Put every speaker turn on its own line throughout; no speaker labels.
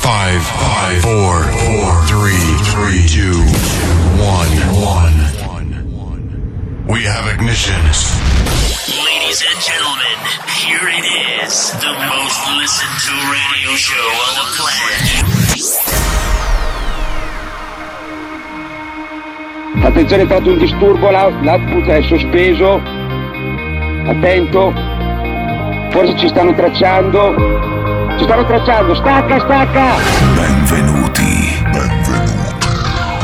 Five, five, four, four, three, three, two, one, one. We have ignitions.
Ladies and gentlemen, here it is, the most listened to radio show on the planet.
Attenzione, è stato un disturbo, l'out- l'output è sospeso. Attento. Forse ci stanno tracciando. Ci stanno tracciando, stacca, stacca!
Benvenuti. Benvenuti.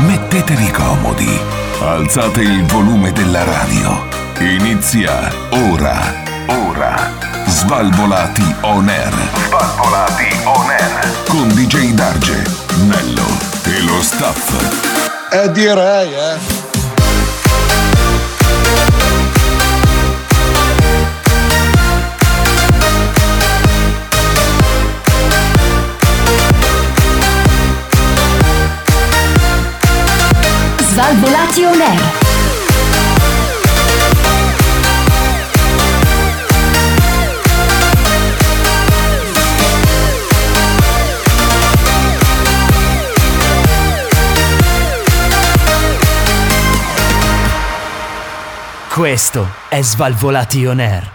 Mettetevi comodi. Alzate il volume della radio. Inizia ora. Ora. Svalvolati on air. Svalvolati on air. Con DJ Darge, Nello e lo staff.
Eh direi, eh.
Svalvolati on air.
Questo è Svalvolati On Air.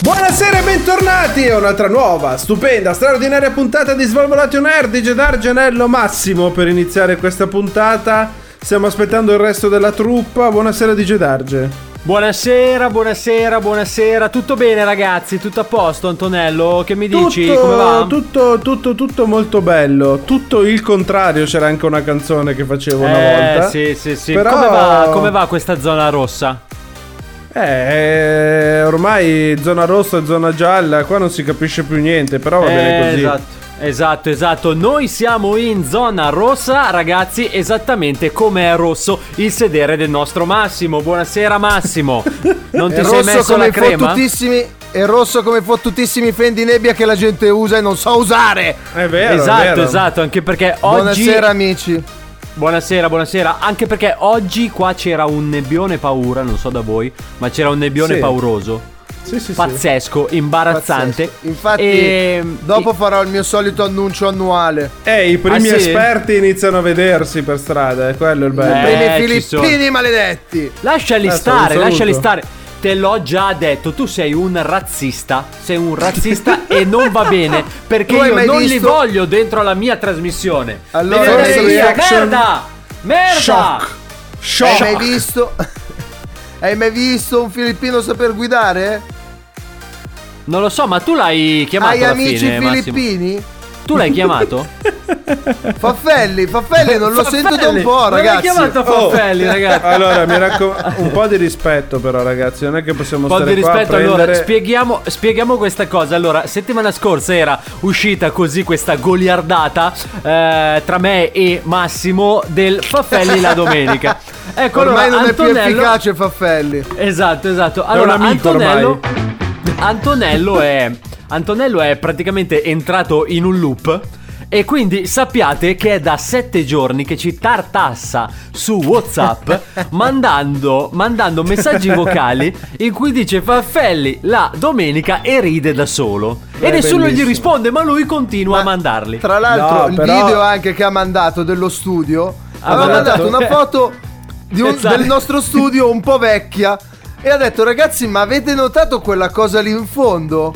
Buonasera e bentornati a un'altra nuova, stupenda, straordinaria puntata di Svalvolati on Air di Gedar Gianello Massimo per iniziare questa puntata. Stiamo aspettando il resto della truppa. Buonasera di Gedarge.
Buonasera, buonasera, buonasera. Tutto bene, ragazzi? Tutto a posto, Antonello? Che mi dici?
tutto,
Come va?
tutto, tutto, tutto molto bello. Tutto il contrario, c'era anche una canzone che facevo una
eh,
volta.
sì, sì, sì.
Però-
Come, va, come va questa zona rossa?
Eh, ormai zona rossa e zona gialla, qua non si capisce più niente, però va bene
Eh,
così.
Esatto. Esatto, esatto, noi siamo in zona rossa, ragazzi, esattamente come è rosso il sedere del nostro Massimo. Buonasera Massimo. Non ti
è
sei
rosso
messo
come
la
i
crema?
fottutissimi è rosso come i fottutissimi fendi nebbia che la gente usa e non sa usare
È vero,
esatto,
è vero.
esatto, anche perché oggi
buonasera amici
Buonasera, buonasera. Anche perché oggi qua c'era un nebbione paura, non so da voi, ma c'era un nebbione
Sì.
pauroso.
Sì, sì,
Pazzesco, Ehm, imbarazzante.
Pazzesco. infatti
E-
dopo farò il mio solito annuncio annuale
Eh, i primi
Ah, sì?
esperti iniziano a vedersi per strada, è quello il bello.
Eh,
Bene,
ci
filippini maledetti
Lasciali
Adesso
stare,
lo saluto.
lasciali stare. Te l'ho già detto, tu sei un razzista. Sei un razzista e non va bene perché
Tu hai
io
mai
non li
visto?
voglio dentro la mia trasmissione.
Allora,
Devi andare
adesso
via.
reaction.
merda! Merda!
Shock. Shock.
hai mai visto hai mai visto un filippino saper guidare
Non lo so, ma tu l'hai chiamato
hai
alla
amici
fine, eh, Massimo?
filippini
Tu l'hai chiamato?
Faffelli Faffelli non lo sento da un
Faffelli,
po'
non l'hai
ragazzi
chiamato
Oh.
Faffelli, ragazzi.
Allora, mi raccomando, un po' di rispetto però ragazzi, non è che possiamo
Un po' di
stare qua a
rispetto,
prendere...
allora spieghiamo, spieghiamo questa cosa. Allora, settimana scorsa era uscita così questa goliardata eh, tra me e Massimo del Faffelli la domenica. Ecco,
Ormai
allora,
non
Antonello...
è più efficace Faffelli.
Esatto, esatto. Allora,
un amico
Antonello, Antonello è Antonello è praticamente entrato in un loop. E quindi sappiate che è da sette giorni che ci tartassa su WhatsApp mandando, mandando messaggi vocali in cui dice Faffelli la domenica e ride da solo. e
È
nessuno gli
bellissimo.
risponde, ma lui continua
Ma
a mandarli.
Tra l'altro,
No,
il
però-
video anche che ha mandato dello studio aveva
mandato-
mandato una foto di un-
Esatto.
del nostro studio un po' vecchia. E ha detto, ragazzi, ma avete notato quella cosa lì in fondo?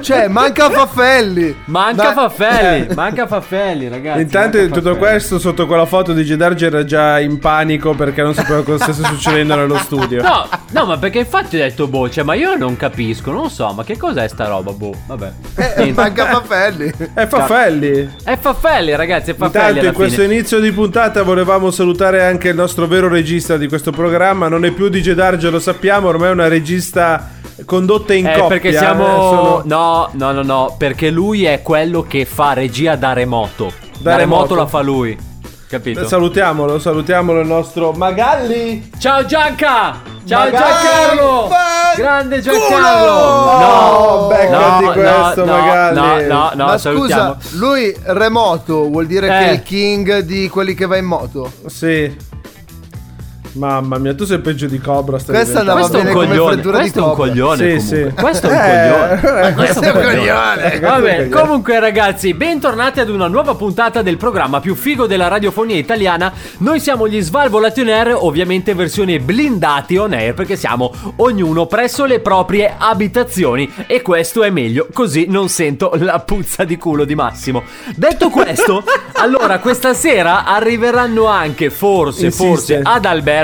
Cioè, manca Faffelli. Ma-
Manca Faffelli, manca Faffelli, ragazzi.
Eh, Intanto
manca
in tutto
Faffelli.
questo sotto quella foto di Gedarge era già in panico perché non sapeva cosa stesse succedendo nello studio.
No, no, ma perché infatti ho detto boh, cioè, ma io non capisco, non so, ma che cos'è sta roba, boh, vabbè.
Eh, manca Faffelli.
E Eh, Faffelli.
È Faffelli, ragazzi, è Cioè, Faffelli
Intanto
alla
in questo
fine.
inizio di puntata volevamo salutare anche il nostro vero regista di questo programma, non è più di Gedarge, lo sappiamo, ormai è una regista condotta in
Eh,
coppia.
perché
eh,
siamo...
sono-
No, no, no, no, perché lui è quello che fa regia da remoto. Da,
Da
remoto.
remoto.
la fa lui, capito?
Eh, Salutiamolo, salutiamolo il nostro Magalli.
Ciao Gianca! Ciao
Magari
Giancarlo!
fa-
Grande Giancarlo!
No, beccati
no,
questo,
no,
Magalli.
No, no, no,
ma
salutiamo.
scusa, lui remoto vuol dire che
Eh.
è il king di quelli che va in moto.
Sì. Mamma mia, tu sei peggio di Cobra. Stai
Questa
diventando.
andava
Questo è un
bene come
coglione.
freddura di
Questo è un
coppa.
coglione.
Sì,
comunque.
sì.
Questo è un
Eh,
coglione. Ma questo è un coglione. Va bene.
coglione.
Comunque, ragazzi, bentornati ad una nuova puntata del programma più figo della radiofonia italiana. Noi siamo gli Svalvolati on air, ovviamente versione blindati on air, perché siamo ognuno presso le proprie abitazioni. E questo è meglio, così non sento la puzza di culo di Massimo. Detto questo, allora, questa sera arriveranno anche, forse,
Insiste.
forse, ad Alberto,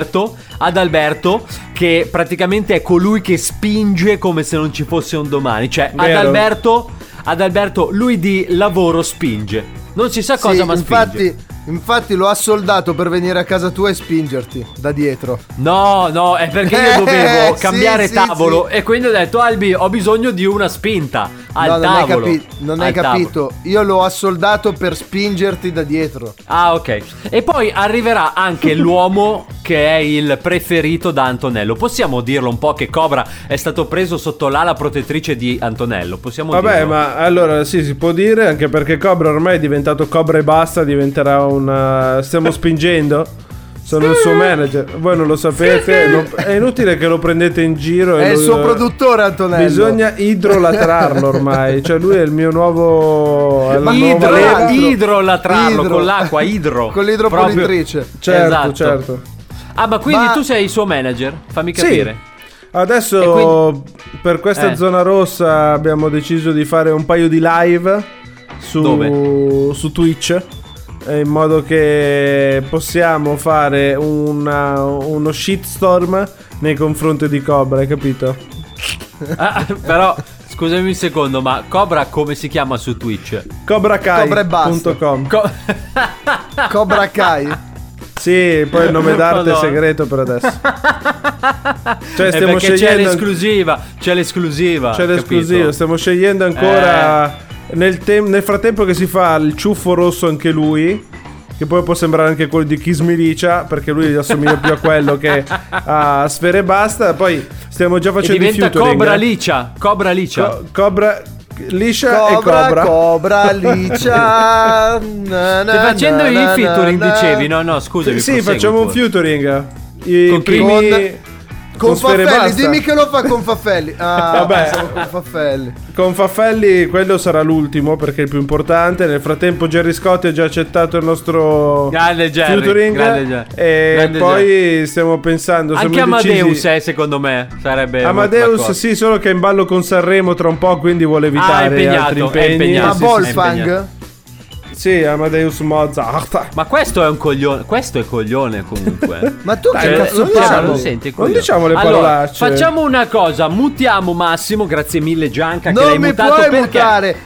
ad Alberto che praticamente è colui che spinge come se non ci fosse un domani, cioè ad
Vero.
Alberto, ad Alberto lui di lavoro spinge. Non si sa cosa,
Sì,
ma spinge.
infatti, infatti lo ha soldato per venire a casa tua e spingerti da dietro.
No, no, è perché
Eh,
io dovevo
sì,
cambiare
sì,
tavolo
sì.
e quindi ho detto Albi, ho bisogno di una spinta al
no, non
tavolo.
hai, capi- non hai
Al tavolo.
capito. Io l'ho assoldato per spingerti da dietro.
Ah, ok. E poi arriverà anche l'uomo che è il preferito da Antonello. Possiamo dirlo un po' che Cobra è stato preso sotto l'ala protettrice di Antonello. Possiamo
Vabbè,
dirlo.
ma allora sì, si può dire anche perché Cobra ormai è diventato Cobra e basta, diventerà un eh, stiamo spingendo. Sono il suo manager, voi non lo sapete, non- è inutile che lo prendete in giro. e
È il
Eh, lo-
suo produttore, Antonello.
Bisogna idrolatrarlo ormai, cioè lui è il mio nuovo... è la nuova
Idro,
leva.
idro-
idrolatrarlo
Idro.
con l'acqua, idro.
Con l'idropolitrice.
Proprio-
Certo,
Esatto.
certo.
Ah, ma quindi
Ma-
tu sei il suo manager? Fammi
Sì.
capire. E
Adesso
quindi-
per questa
Eh.
zona rossa abbiamo deciso di fare un paio di live su,
Dove?
su Twitch eh, in modo che possiamo fare una- uno shitstorm nei confronti di Cobra, hai capito?
Ah, però, scusami un secondo, ma Cobra come si chiama su Twitch?
Cobra e basta.
CobraKai.com
Co-
Cobra Kai.
Sì, poi il nome d'arte è
Madonna.
segreto per adesso. Cioè
Eh,
stiamo
perché c'è
scegliendo...
l'esclusiva, c'è l'esclusiva.
C'è l'esclusivo,
capito? Eh.
stiamo scegliendo ancora. Nel, tem- nel frattempo che si fa il ciuffo rosso anche lui, che poi può sembrare anche quello di Kiss Milicia, perché lui assomiglia più a quello che a Sfere e Basta. Poi stiamo già
E
facendo
diventa
i featuring.
Cobra
eh.
Licia. Cobra Licia.
Co- cobra liscia
Cobra,
e Cobra.
Cobra, Licia.
Stai facendo il featuring, dicevi? No, no, scusami.
sì,
prosegui
facciamo un
pure.
featuring. I
Con chi?
primi-
Con,
con Sfera e
Faffelli,
Basta.
dimmi che lo fa con Faffelli. Ah,
Vabbè.
pensavo con Faffelli.
Con Faffelli quello sarà l'ultimo perché è il più importante. Nel frattempo Jerry Scott ha già accettato il nostro
Grande Jerry,
featuring
grande Jerry,
e
grande
poi stiamo pensando
Anche
siamo indecisi.
Amadeus, eh, secondo me, sarebbe
Amadeus
d'accordo.
sì, solo che è in ballo con Sanremo tra un po', quindi vuole
Ah, è
evitare
impegnato, è
altri impegni.
impegnato.
boh,
Ma
sì, sì, è
Wolfgang?
impegnato.
Sì, Amadeus Mozart.
Ma questo è un coglione, questo è coglione comunque.
Ma tu
Cioè,
che cazzo
non diciamo,
parli?
senti,
Non
coglione.
diciamo le
Allora,
parolacce.
facciamo una cosa, mutiamo Massimo, grazie mille Gianca che l'hai
Non mi
mutato
puoi
perché
mutare!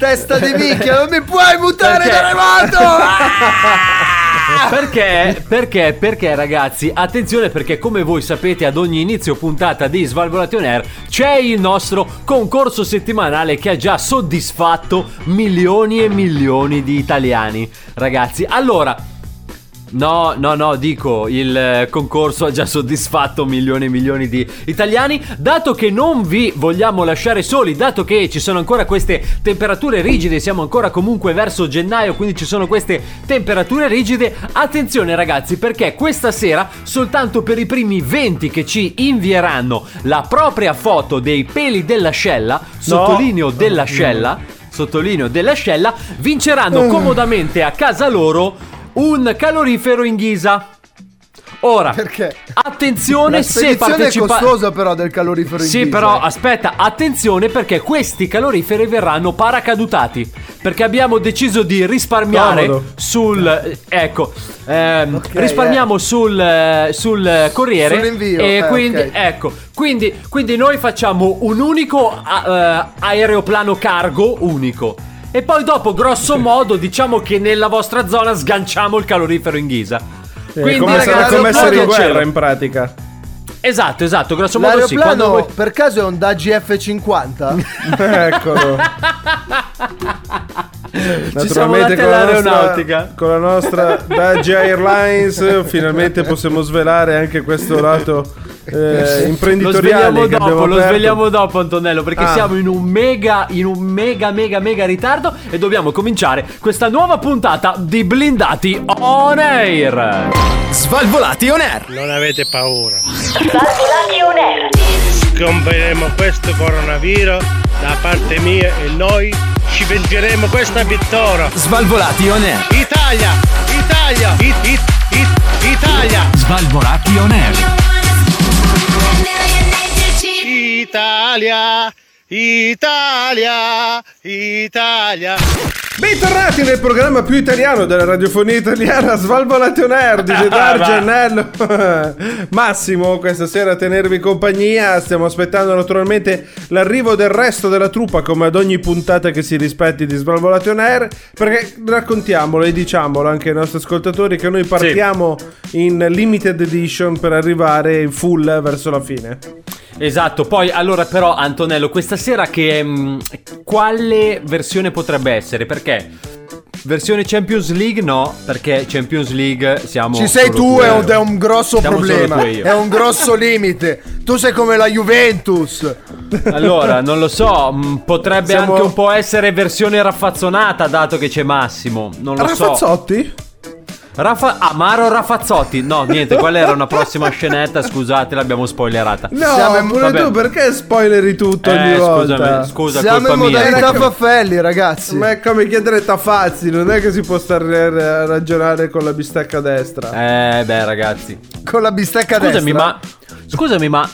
Testa di minchia, non mi puoi mutare
Perché?
da remoto!
Ah! Perché? Perché? Perché ragazzi, attenzione perché come voi sapete ad ogni inizio puntata di Svalvolation Air c'è il nostro concorso settimanale che ha già soddisfatto milioni e milioni di italiani. Ragazzi, allora... No, no, no, dico, il eh, concorso ha già soddisfatto milioni e milioni di italiani. Dato che non vi vogliamo lasciare soli, dato che ci sono ancora queste temperature rigide, siamo ancora comunque verso gennaio, quindi ci sono queste temperature rigide, attenzione ragazzi, perché questa sera, soltanto per i primi 20 che ci invieranno la propria foto dei peli dell'ascella, sottolineo dell'ascella, sottolineo dell'ascella,
Eh.
vinceranno comodamente a casa loro un calorifero in ghisa. Ora,
Perché?
attenzione
La
se
spedizione è
partecipa
costosa però del calorifero in
Sì,
ghisa,
però
eh.
aspetta, attenzione perché questi caloriferi verranno paracadutati. Perché abbiamo deciso di risparmiare
Comodo.
sul. Ecco, ehm,
Ok, eh.
risparmiamo sul, eh, sul corriere.
Sull'invio,
E
eh,
quindi,
ok.
ecco, quindi, quindi noi facciamo un unico a- eh, aeroplano cargo unico. E poi dopo, grosso modo, diciamo che nella vostra zona sganciamo il calorifero in ghisa.
Quindi, come,
ragazzi,
sarà come essere in
l'aeroplano-
guerra in pratica.
Esatto, esatto, grosso modo sì.
L'aeroplano
Quando voi-
per caso è un Dagi F50?
Eccolo.
Ci siamo dati
Naturalmente con la
all'aeronautica.
nostra, con la nostra Dagia Airlines eh, finalmente possiamo svelare anche questo lato eh,
Lo
imprenditoriali
svegliamo
che abbiamo
dopo, lo
aperto.
svegliamo dopo Antonello perché
Ah.
siamo in un mega, in un mega, mega, mega ritardo e dobbiamo cominciare questa nuova puntata di Blindati On Air.
Svalvolati on air.
Non avete paura.
Svalvolati on air.
Scomperemo questo coronavirus da parte mia e noi ci vengeremo questa vittoria.
Svalvolati on air.
Italia! Italia! It, it, it, Italia!
Svalvolati on air.
Italia! Italia! Italia!
Bentornati nel programma più italiano della radiofonia italiana Svalvolate on Air di Gedar Gennello Massimo questa sera a tenervi compagnia Stiamo aspettando naturalmente l'arrivo del resto della truppa Come ad ogni puntata che si rispetti di Svalvolate on Air Perché raccontiamolo e diciamolo anche ai nostri ascoltatori Che noi partiamo in limited edition per arrivare in full verso la fine
Esatto, poi allora però Antonello, questa sera che mh, quale versione potrebbe essere? Perché versione Champions League no, perché Champions League siamo
Ci sei
solo
tu
due.
è un, è un grosso
Siamo solo
problema,
due io.
è un grosso limite. Tu sei come la Juventus.
Allora, non lo so, mh, potrebbe
Siamo-
anche un po' essere versione raffazzonata dato che c'è Massimo, non lo so.
Rafazzotti?
Raffa- Amaro Rafazzotti. No, niente, quella era una prossima scenetta, scusate, l'abbiamo spoilerata.
No,
Siamo in-
pure
vabbè.
tu perché spoileri tutto ogni
Eh,
volta?
scusami, scusa,
Siamo
colpa
in
mia. Ecco.
modalità Faffelli, ragazzi.
Ma è come chiedere tafazzi, non è che si può stare a ragionare con la bistecca a destra.
Eh, beh, ragazzi.
Con la bistecca destra.
Scusami, ma. Scusami, ma.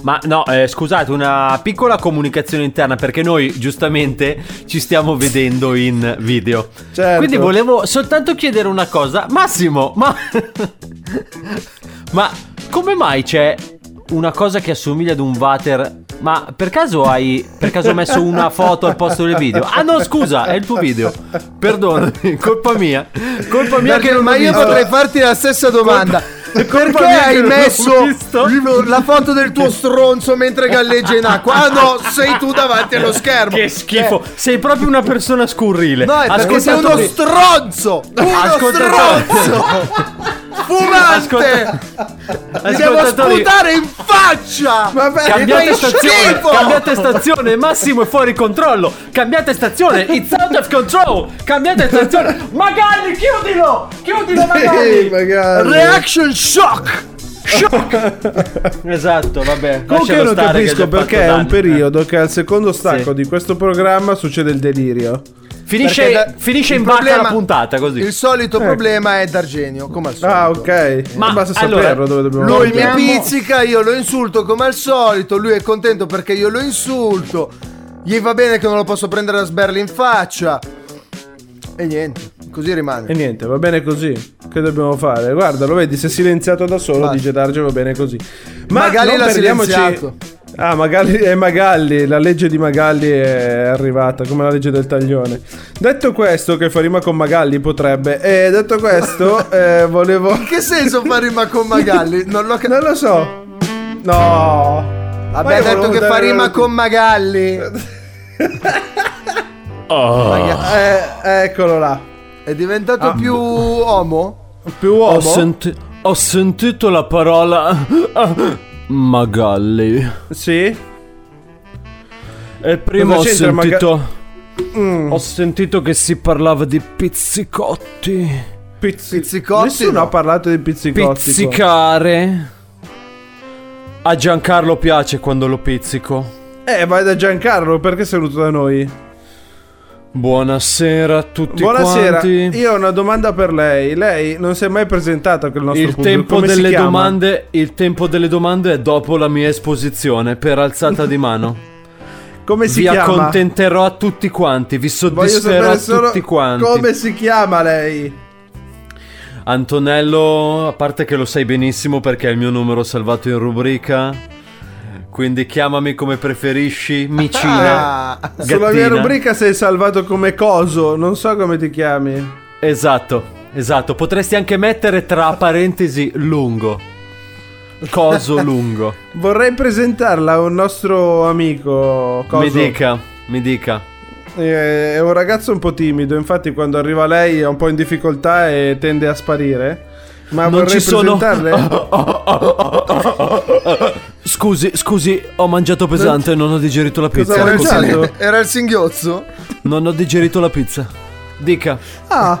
Ma no, eh, scusate, una piccola comunicazione interna perché noi giustamente ci stiamo vedendo in video.
Certo.
Quindi volevo soltanto chiedere una cosa. Massimo, ma. ma come mai c'è una cosa che assomiglia ad un water? Ma per caso hai per caso messo una foto al posto del video? Ah no, scusa, è il tuo video. Perdonami, colpa mia. Colpa mia
Perché-
che non
ma
ho
io
visto.
potrei farti la stessa domanda. Perché
mia che
hai
non l'ho
messo
visto.
il- la foto del tuo stronzo mentre galleggia in acqua? Ah no, sei tu davanti allo schermo.
Che schifo, sei proprio una persona scurrile.
No, è perché sei uno
Ascoltatori-
stronzo! Uno
Ascoltatori-
stronzo! Fumante! Ti devo
Ascoltatori,
sputare in faccia!
Vabbè,
Cambiate
fai
stazione,
schifo!
cambiate stazione, Massimo è fuori controllo. Cambiate stazione, it's out of control. Cambiate stazione, Magalli, chiudilo! Chiudilo,
Sì,
Magalli!
Eh, magari.
Reaction shock!
Esatto, vabbè.
Comunque
lascialo
io non
stare che gli
capisco
ha fatto
perché è un
danni. eh.
periodo che al secondo stacco
Sì.
di questo programma succede il delirio.
Finisce,
Perché da-
finisce
il
in bacca
problema-
la puntata così. Ecco.
Il solito problema è D'Argenio, come al solito.
Ah, ok.
Ma,
basta
allora,
saperlo dove dobbiamo
Lui mi
andare.
pizzica, io lo insulto come al solito, lui è contento perché io lo insulto. Gli va bene che non lo posso prendere a sberla in faccia. E niente, così
E
rimane.
niente, va bene così. Che dobbiamo fare? Guarda, lo vedi, si è silenziato da solo,
Basta.
dice Darge va bene così. Ma
Magalli
non
l'ha
perdiamoci-
silenziato.
Ah, Magalli è Magalli, la legge di Magalli è arrivata, come la legge del taglione. Detto questo, che fa rima con Magalli potrebbe. E detto questo, eh, volevo...
In che senso fa rima con Magalli? Non l'ho capito.
Non lo so. No. Ma
Vabbè,
io
ha detto
volevo
che fa
dare-
rima con Magalli. Maga-
Eh, eccolo là.
È diventato più omo?
Più uomo.
Ho, senti- ho sentito la parola Magalli.
Sì.
E prima ho
Cosa c'entra Maga-
sentito.
Mm.
Ho sentito che si parlava di pizzicotti.
Pizzi-
Pizzicotti,
Nessuno
no.
ha parlato di pizzicotti. qua.
Pizzicare. A Giancarlo piace quando lo pizzico.
Eh, vai da Giancarlo, perché sei venuto da noi?
Buonasera a tutti
Buonasera,
quanti.
io ho una domanda per lei. Lei non si è mai presentata con il nostro
Il
pubblico.
tempo,
Come si
delle
chiama?
domande, il tempo delle domande è dopo la mia esposizione per alzata di mano.
Come si
vi
chiama?
accontenterò a tutti quanti, vi
Voglio
soddisferò a
sapere solo
tutti quanti.
come si chiama lei.
Antonello, a parte che lo sai benissimo perché è il mio numero salvato in rubrica, quindi chiamami come preferisci, micina.
Ah,
Sulla mia
Gattina.
rubrica sei salvato come coso, non so come ti chiami.
Esatto, esatto, potresti anche mettere tra parentesi lungo. Coso lungo.
Vorrei presentarla a un nostro amico. Coso.
Mi dica, mi dica.
Eh, È un ragazzo un po' timido, infatti quando arriva lei è un po' in difficoltà e tende a sparire. Ma
non
vorrei
ci sono.
presentarle?
Scusi, scusi, ho mangiato pesante e non ho digerito la pizza.
Era il,
Consiglio-
era il singhiozzo?
Non ho digerito la pizza. Dica.
Ah,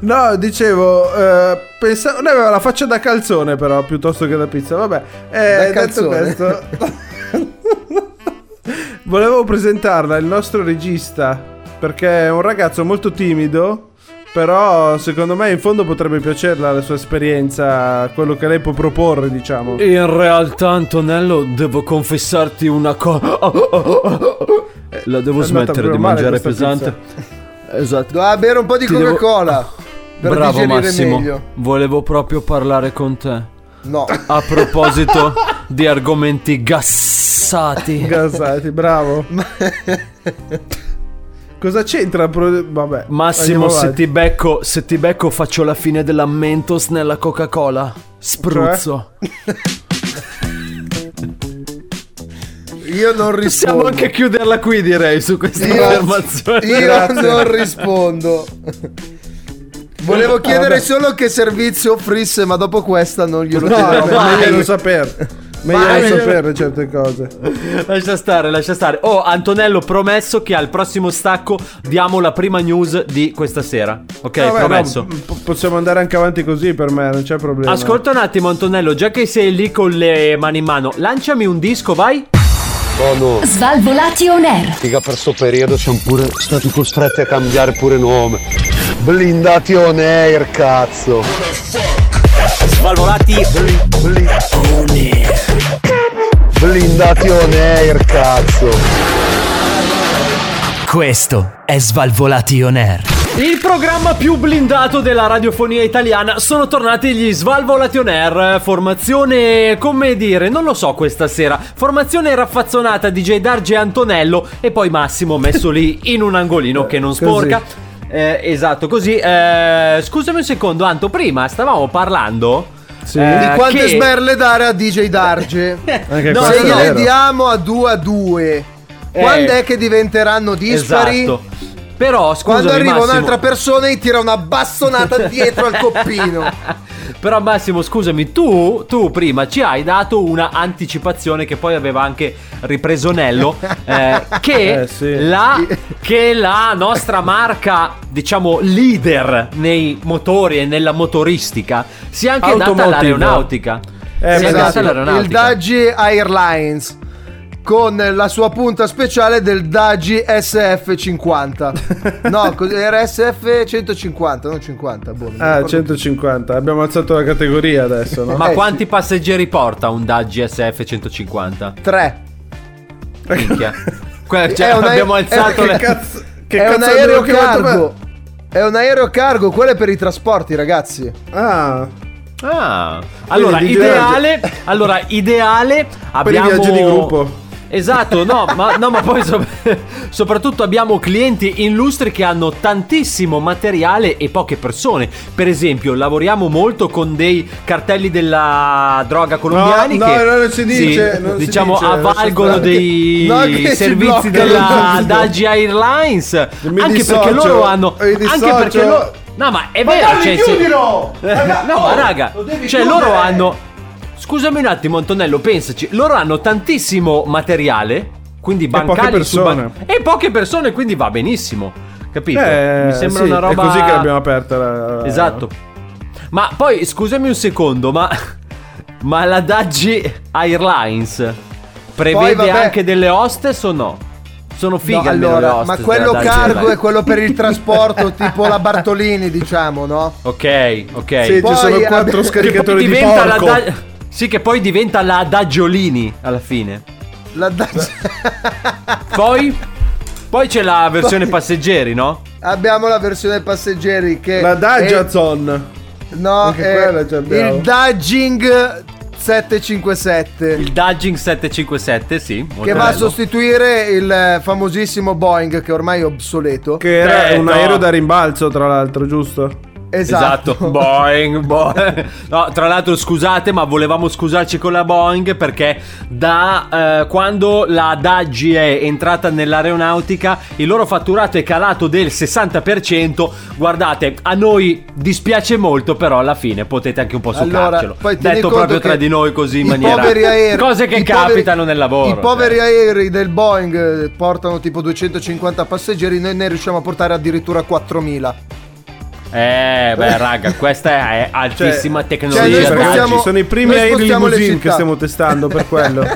no, dicevo, eh, pensavo, lei aveva la faccia da calzone però, piuttosto che da pizza, vabbè. Eh,
Da
detto
calzone.
questo, volevo presentarla, il nostro regista, perché è un ragazzo molto timido, però secondo me in fondo potrebbe piacerla la sua esperienza, quello che lei può proporre, diciamo.
In realtà, Antonello, devo confessarti una cosa. oh, La devo
È andata
smettere
proprio
di
male
mangiare
questa
pesante. Esatto.
Doveva bere un po' di
Ti devo-
Coca-Cola. Per
Bravo
digerire
Massimo.
meglio.
Volevo proprio parlare con te.
No.
A proposito di argomenti gassati.
Gasati, bravo. Cosa c'entra? pro- Vabbè.
Massimo,
andiamo
se
avanti.
ti, becco, se ti becco faccio la fine della Mentos nella Coca-Cola. Spruzzo.
Io non
Possiamo
rispondo.
anche chiuderla qui, direi, su questa affermazione.
Io non rispondo. Volevo chiedere solo che servizio offrisse, ma dopo questa non glielo
No,
chiederò
vabbè,
mai.
meglio non sapere. Meglio non
Vai.
sapere certe cose.
Lascia stare, lascia stare. Oh, Antonello, promesso che al prossimo stacco diamo la prima news di questa sera. Ok,
Vabbè, no,
promesso.
po- possiamo andare anche avanti così per me, non c'è problema.
Ascolta un attimo, Antonello, già che sei lì con le mani in mano, lanciami un disco, vai.
Svalvolati on air.
Figa, per sto periodo siamo pure stati costretti a cambiare pure nome. Blindati on air, cazzo.
Svalvolati
Blindati on air, cazzo.
Questo è Svalvolati On Air.
Il programma più blindato della radiofonia italiana sono tornati gli Svalvolati on Air. Formazione, come dire, non lo so questa sera. Formazione raffazzonata DJ Darge e Antonello e poi Massimo messo lì in un angolino che non
Così.
sporca. Eh, esatto, così. Eh, scusami un secondo, Anto, prima stavamo parlando
Sì.
eh,
Di quante
che-
sberle dare a DJ Darge?
Anche
No,
questo
Se
è
gliele
vero.
diamo a 2 a 2, quando è che diventeranno dispari?
Esatto. Però, scusami,
Quando arriva
Massimo,
un'altra persona e gli tira una bastonata dietro al coppino.
Però Massimo, scusami, tu, tu prima ci hai dato una anticipazione che poi aveva anche ripreso Nello, eh, che,
Eh, sì.
la, che la nostra marca, diciamo, leader nei motori e nella motoristica, sia anche andata
Automotive.
all'aeronautica.
Eh,
Sia
esatto.
andata
Il
all'aeronautica.
Dagi Airlines con la sua punta speciale del Dagi SF50. No, cos- era SF150, non 50. boh, non mi
Ah,
ricordo.
150. Abbiamo alzato la categoria adesso, no?
Ma
Eh,
quanti passeggeri porta un Dodge SF 150?
Tre.
Minchia. Que- cioè,
È un aer-
abbiamo
è-
alzato
che
le...
Cazzo, che
È un
cazzo
aereo
abbiamo chiamato
cargo. È un aereo cargo, quello è per i trasporti, ragazzi.
me? Ah,
Ah, allora
di
ideale, allora ideale abbiamo
viaggi di gruppo.
Esatto, no, ma, no, ma poi so- soprattutto abbiamo clienti illustri che hanno tantissimo materiale e poche persone. Per esempio, lavoriamo molto con dei cartelli della droga colombiani
No, no,
che
no, non si dice,
sì,
non si
diciamo
dice,
avvalgono
lascia stare.
dei
No, che ci bloccano
servizi della
tutto.
Dagi Airlines, anche
Mi
perché
dissocio,
loro hanno
mi
anche perché
dissocio.
loro No, ma è vero, cioè, se- eh, no, ma raga, cioè loro hanno. Scusami un attimo, Antonello, pensaci. Loro hanno tantissimo materiale, quindi bancali
poche
su ban-
persone.
e poche persone, quindi va benissimo. Capito?
eh,
Mi sembra
sì,
una roba.
È così che l'abbiamo aperta.
Eh.
la-
Esatto. Ma poi, scusami un secondo, ma. Ma la Daggi Airlines prevede
vabbè.
anche delle hostess o no? Sono
No,
fighe almeno le
allora,
hostess
ma
della
quello
Dagi
cargo
Airlines.
è quello per il trasporto, tipo la Bartolini, diciamo, no?
Ok, ok.
Sì,
Poi
ci sono
abbiamo-
quattro
che
che poi
scaricatori di
diventa la
porco.
da- Sì, che poi diventa la Dagiolini alla fine.
La Dagi-
Poi, poi c'è la versione passeggeri, no?
Abbiamo la versione passeggeri che
La
è-
Dajazon.
No,
Anche
eh,
quella ce l'abbiamo.
il Daging 757
Il Daging 757, sì. molto
che va a
bello.
sostituire il eh, famosissimo Boeing che ormai è obsoleto.
Che era
Eh,
un
no.
aereo da rimbalzo, tra l'altro, giusto?
Esatto.
boh, Boeing, Boeing. No, tra l'altro scusate, ma volevamo scusarci con la Boeing perché da eh, quando la Daggi è entrata nell'aeronautica, il loro fatturato è calato del 60%. Guardate, a noi dispiace molto, però alla fine potete anche un po' succarcelo.
poi tieni
Detto
conto
proprio
che
tra di noi così in
i
maniera
poveri aerei-
cose che
i poveri-
capitano nel lavoro. cioè.
I poveri aerei del Boeing eh, portano tipo 250 passeggeri, noi ne riusciamo a portare addirittura 4000.
Eh, beh, raga, questa
Cioè,
è altissima tecnologia.
Cioè, noi
ragazzi.
spostiamo- sono i primi
noi
aerei
spostiamo le
limousine
città.
che stiamo testando per quello.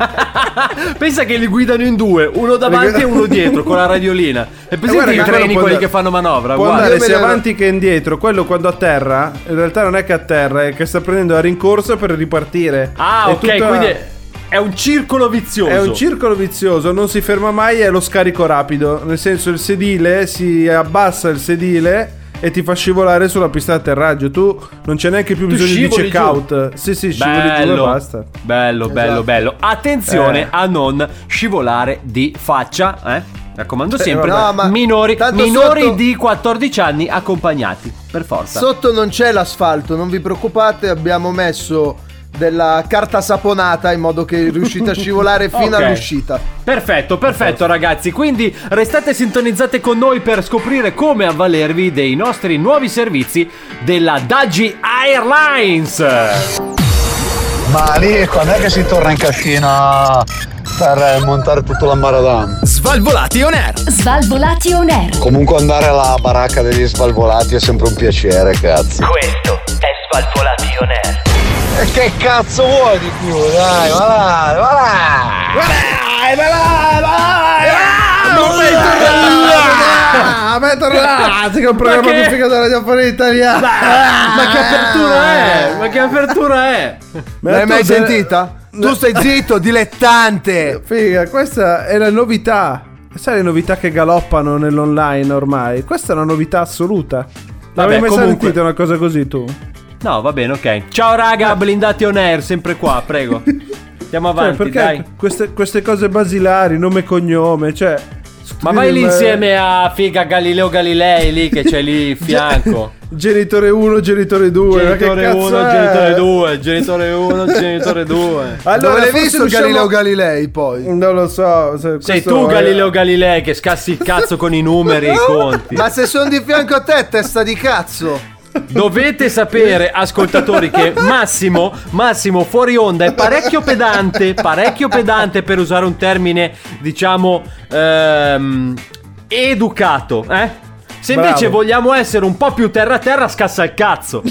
Pensa che li guidano in due, uno davanti e uno dietro con la radiolina. E
Eh, guarda
presente i
che quello
treni
può
quelli
andare-
che fanno manovra.
Può
guarda.
andare sia avanti che indietro. Quello quando atterra, in realtà non è che atterra, è che sta prendendo la rincorsa per ripartire.
Ah,
È
ok,
tutta-
quindi è- è un circolo vizioso.
È un circolo vizioso, non si ferma mai, è lo scarico rapido. Nel senso, il sedile si abbassa il sedile e ti fa scivolare sulla pista di atterraggio. Tu non c'è neanche più
Tu
bisogno di
scivoli
checkout. Sì, sì, scivoli giù e
Bello,
basta.
bello, bello,
Esatto.
bello. Attenzione
Eh.
a non scivolare di faccia, eh? Raccomando
Eh,
sempre,
vabbè. No, ma
minori,
tanto
minori
sotto-
di 14 anni accompagnati, per forza.
Sotto non c'è l'asfalto, non vi preoccupate, abbiamo messo della carta saponata in modo che riuscite a scivolare fino
Ok.
all'uscita.
Perfetto, perfetto ragazzi, quindi restate sintonizzate con noi per scoprire come avvalervi dei nostri nuovi servizi della Dagi Airlines.
Ma lì quando è che si torna in cascina per eh, montare tutto l'ambaradan?
Svalvolati on air.
Svalvolati on air.
Comunque andare alla baracca degli svalvolati è sempre un piacere, cazzo.
Questo è Svalvolati On Air.
E che cazzo vuoi di più? Dai, va là, va là!
Vai, vai, vai,
Eh,
Ah, ma è tornato, che è un programma Ah.
Ma che- Ah,
più figo della radiofonia italiana.
Ma che apertura è? Ma che apertura è?
L'hai
tu
mai
sei-
sentita? Tu stai zitto, dilettante!
Figa, questa è la novità. Sai le novità che galoppano nell'online ormai? Questa è una novità assoluta. L'avevi
Vabbè,
mai
comunque-
sentita una cosa così tu?
No, va bene, ok. Ciao raga, blindati on air, sempre qua, prego. Andiamo
Eh. Cioè,
avanti,
perché
dai.
Queste, queste cose basilari, nome e cognome, cioè...
Ma vai lì insieme a figa Galileo Galilei lì che c'è lì in fianco.
Genitore 1, genitore 2,
Genitore 1, genitore 2, genitore 1, genitore 2.
Allora,
Dove l'hai
forse
visto
riusciamo-
Galileo Galilei poi?
Non lo so. se
Sei
questo
tu
è-
Galileo Galilei che scassi il cazzo con i numeri e i conti.
Ma se sono di fianco a te, testa di cazzo!
Dovete sapere, ascoltatori, che Massimo, Massimo fuori onda è parecchio pedante, parecchio pedante per usare un termine, diciamo, ehm, educato, eh? Se invece
Bravo.
vogliamo essere un po' più terra terra, scassa il cazzo.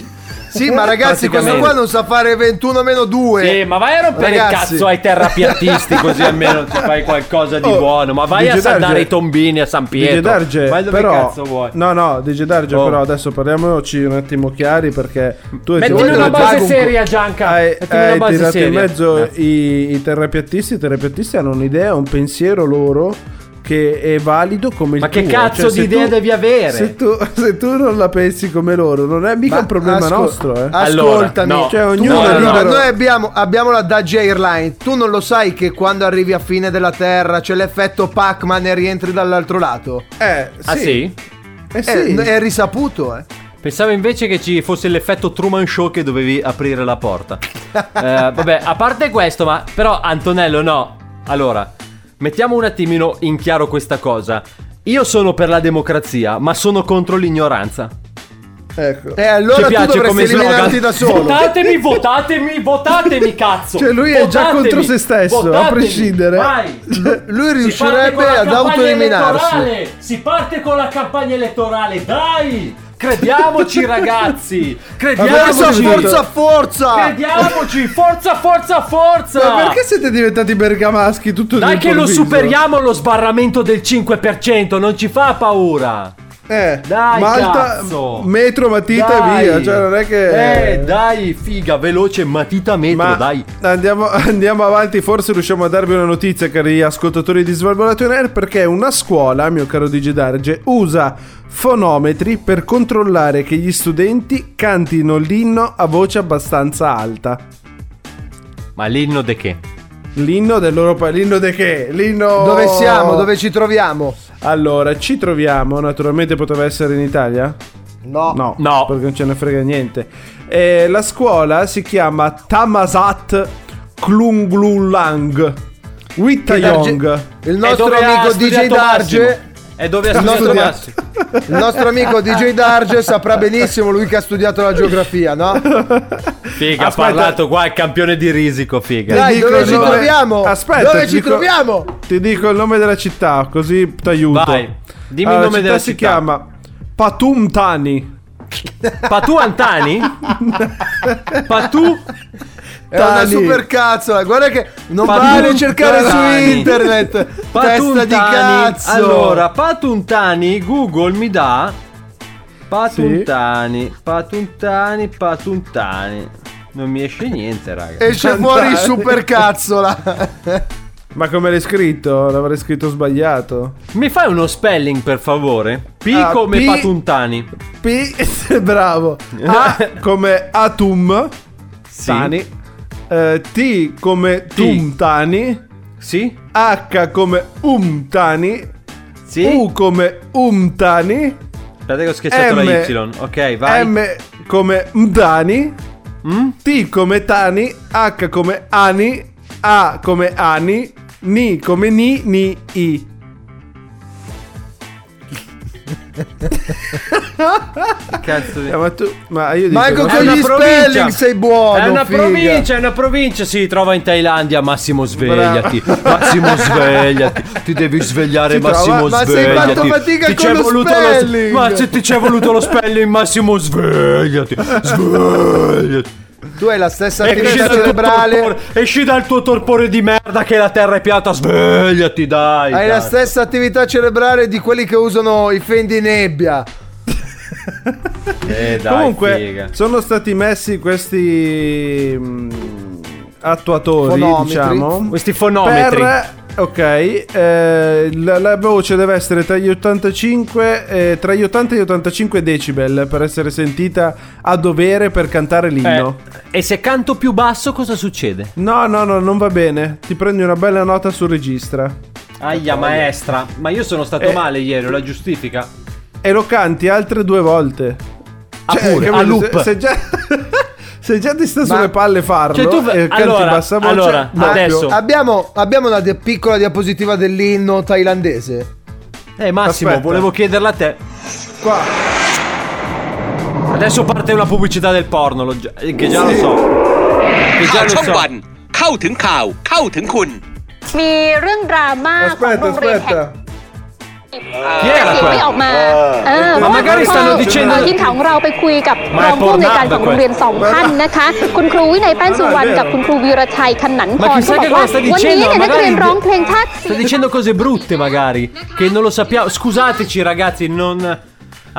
Sì, ma ragazzi, questo
Praticamente.
qua non sa fare 21 meno 2.
Eh,
Sì, ma vai a rompere il
Ragazzi.
cazzo ai terrapiattisti, così almeno ti fai qualcosa di
Oh,
buono. Ma vai
Dice
a saldare
Darge-
i tombini a San Pietro.
DJ Darge,
vai dove
però,
cazzo vuoi.
No, no, DJ Darge,
Oh.
però adesso parliamoci un attimo chiari perché tu hai
Mettimi
tirato
una
in
base
mezzo-
seria, Gianca.
Hai,
Mettimi una
hai
base
tirato in
seria.
mezzo
Eh.
i, i terrapiattisti. I terrapiattisti hanno un'idea, un pensiero loro che è valido come il
Ma che
tuo.
cazzo
Cioè,
di
se
idea
tu-
devi avere?
Se tu, se tu non la pensi come loro, non è mica
Ma
un problema
ascol-
nostro, eh.
Allora,
Ascoltami,
no.
Cioè, ognuno
Tu-
è
allora,
libero.
Noi abbiamo, abbiamo la Dodge Airline. Tu non lo sai che quando arrivi a fine della Terra c'è l'effetto Pac-Man e rientri dall'altro lato?
Eh, sì.
Ah sì?
Eh, sì.
È, è risaputo, eh.
Pensavo invece che ci fosse l'effetto Truman Show che dovevi aprire la porta. Eh, vabbè, a parte questo, ma però Antonello no. Allora, mettiamo un attimino in chiaro questa cosa. Io sono per la democrazia, ma sono contro l'ignoranza.
Ecco.
E allora
Ci
tu
piace
dovresti
come
eliminarti
slogan.
da solo.
Votatemi, votatemi, votatemi, cazzo.
Cioè, lui è già
Votatemi,
contro se stesso, a
votatemi,
prescindere.
Vai.
Lui
Si parte con
riuscirebbe
la
ad
campagna
autoeliminarsi.
elettorale, Si parte con la campagna elettorale, dai! Crediamoci ragazzi!
Forza,
Crediamoci!
forza, forza!
Crediamoci! Forza, forza, forza!
Ma perché siete diventati bergamaschi tutto
Dai che lo
d'improvviso?
superiamo lo sbarramento del 5%, non ci fa paura!
Eh,
Dai,
Malta,
cazzo.
metro, matita
Dai.
e via. Cioè, non è che.
Eh, dai, figa, veloce, matita metro,
Ma
dai!
Andiamo, andiamo avanti, forse riusciamo a darvi una notizia, cari ascoltatori di Svalvolato in Air, perché una scuola, mio caro Digi Darge, usa fonometri per controllare che gli studenti cantino l'inno a voce abbastanza alta.
Ma l'inno de che?
L'inno del loro paese, l'inno de che? L'inno...
Dove siamo? Dove ci troviamo?
Allora, ci troviamo, naturalmente poteva essere in Italia?
No.
No, perché non ce ne frega niente. E la scuola si chiama Tamasat Klunglulang Wittayong.
Il nostro amico DJ
Eh,
Darge.
È dove ha
Il nostro,
studiato Massimo.
il nostro amico DJ Darge saprà benissimo lui che ha studiato la geografia, no?
Figa, ha parlato qua il campione di risico, figa.
Dai,
Ti dico
dove
il
ci
nome-
troviamo?
Aspetta,
Dove
ti
ci
dico-
troviamo?
Ti dico il nome della città, così t'aiuto.
Vai. Dimmi
Allora,
il nome
la
della
si
città.
chiama Patumtani.
Eh, Patu Antani? Patu?
È una
Tani.
super cazzola, guarda che non
Patuntani.
vale cercare su internet. Testa
Patuntani.
di cazzo.
Allora, Patuntani, Google mi dà Patuntani, Patuntani, Patuntani. Non mi esce niente, raga.
esce fuori
Tantani.
super cazzola.
Ma come l'hai scritto? L'avrei scritto sbagliato.
Mi fai uno spelling, per favore? P
Ah,
come
P-
Patuntani.
P, bravo. A come Atum.
Sì.
Tani. Eh, T come Tumtani.
Sì?
H come Umtani.
Sì?
U come Umtani.
Aspetta che ho schiacciato
M.
la Y. Ok, vai.
M come Mdani.
Mm?
T come Tani, H come Ani, A come Ani, Ni come Ni, Ni, I.
Cazzo di...
Eh, ma tu, ma io dico,
Marco
ma-
con gli spelling sei buono.
È una
figa.
provincia, è una provincia. Si trova in Thailandia. Massimo, svegliati. Massimo, svegliati. Ti devi svegliare,
Si
Massimo,
trova- ma sei
svegliati.
fatto fatica
Ti
con
c'è
lo
voluto
spelling.
Ma se ti c'è voluto lo spelling, Massimo, svegliati. Svegliati.
Tu hai la stessa
Esci
attività
dal, tuo torpore,
cerebrale.
esci dal tuo torpore di merda che la terra è piatta. Svegliati, dai.
Hai la
dai.
stessa attività cerebrale di quelli che usano i fendi nebbia.
Eh, dai,
Comunque,
figa.
sono stati messi questi mm, attuatori,
Fonometri.
diciamo.
Questi fonometri.
Per, ok, eh, la, la voce deve essere tra gli 85 eh, tra gli 80 e gli 85 decibel per essere sentita a dovere per cantare l'inno.
Eh, E se canto più basso, cosa succede?
No, no, no, non va bene. Ti prendi una bella nota sul registra.
Aia, maestra. Ma io sono stato
Eh.
male ieri, la giustifica.
E lo canti altre due volte. Cioè,
Ah, pure,
capito?
a loop.
Se, se già, se già ti sta sulle palle farlo
Cioè, tu-
e canti
allora,
bassa voce,
allora,
doppio.
adesso-
Abbiamo, abbiamo una di- piccola diapositiva dell'inno thailandese.
Eh Massimo,
Aspetta.
volevo chiederla a te.
Qua.
Adesso parte una pubblicità del porno, lo già- eh, che già lo so. Che già lo so.
เข้าถึงข่าว เข้าถึงคุณ
มีเรื่องดราม่าของ
Aspetta,
โรงเรียนแห่ง
aspetta.
Chi era
เสียงไม่อ
quella?
อกมาเออ
มามาการิสตาโนดิเชน
เอ่อทีมข่าวของเราไปคุยกับ
มาร
องผู้อำนวยการของ
โปรดหน้า
โรงเรียนสองท่านนะคะ คุณครูวินัยแป้นสุวรรณกับคุณครูวีรชัยขนันพ
มาร
ก็
คิดซะ
บอ
แก
กว่า
ก็สนิท
วันนี้
เช่นเหรอ
เนี่ยนัก
มาได้
เรียนร้องเพลงชาติ
Sta dicendo cose brutte magari, che non lo sappiamo. Scusateci ragazzi, non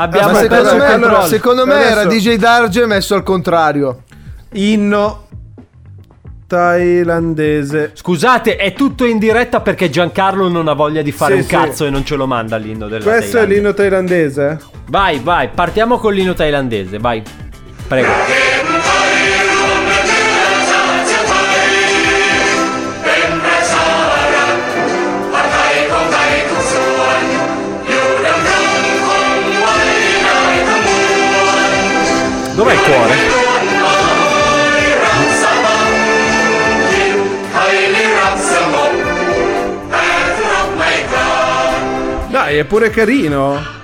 abbiamo
Ma
Ah, ma
perso
secondo
il
me,
controllo.
secondo me era
Adesso-
DJ Darge messo al contrario.
Inno thailandese.
Scusate, è tutto in diretta perché Giancarlo non ha voglia di fare
Sì,
un
sì.
cazzo e non ce lo manda l'inno della
Questo è
Thailandia.
l'inno thailandese?
Vai, vai, partiamo con l'inno thailandese, vai. Prego. Dov'è il cuore?
Dai, è pure carino.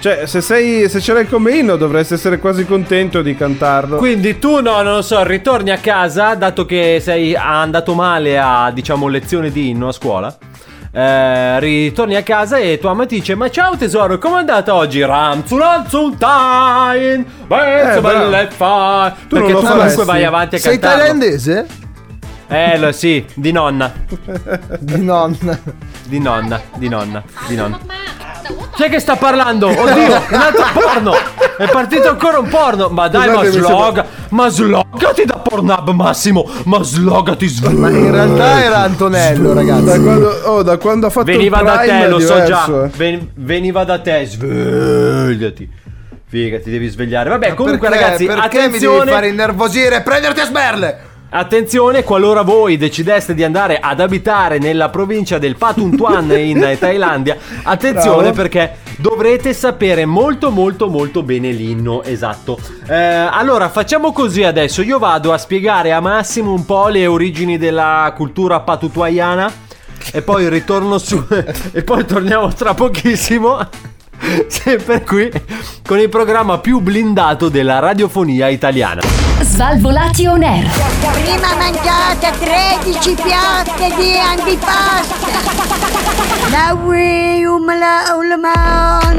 Cioè, se, sei, se ce l'hai come inno dovresti essere quasi contento di cantarlo.
Quindi tu no, non lo so, ritorni a casa, dato che sei andato male a, diciamo, lezione di inno a scuola. eh, ritorni a casa e tua mamma ti dice ma ciao tesoro com'è andata oggi Ramzulanzuntain Bezzo
Eh, bravo.
belle fai
Tu
perché
non lo
tu comunque
faresti.
vai avanti a
Sei
cantarlo
thailandese?
eh lo, sì di nonna
Eh.
Di nonna.
di nonna di nonna di nonna chi è che sta parlando? Oddio, un altro porno! È partito ancora un porno! Ma dai, ma
Scusate, mi sembra-
sloga! Ma slogati da Pornhub, Massimo! Ma slogati, svegliati!
Ma in realtà era Antonello,
Da
ragazzi.
quando, oh, da quando ha fatto
Veniva
il
da
Prime
te,
è
lo so
diverso,
già.
eh.
Ven- veniva da te, svegliati. Figa, ti devi svegliare. Vabbè, Eh, comunque,
Perché?
ragazzi,
perché mi
attenzione.
devi fare innervosire e prenderti a sberle?
Attenzione, qualora voi decideste di andare ad abitare nella provincia del Patuntuan in Thailandia, attenzione
Bravo.
perché dovrete sapere molto molto molto bene l'inno esatto. Eh, allora, facciamo così adesso, io vado a spiegare a Massimo un po' le origini della cultura patutuaiana e poi ritorno su e poi torniamo tra pochissimo. Sempre qui con il programma più blindato della radiofonia italiana.
Svalvolati on air.
Prima mangiate 13 piatte di antipasta. La ui umla ulma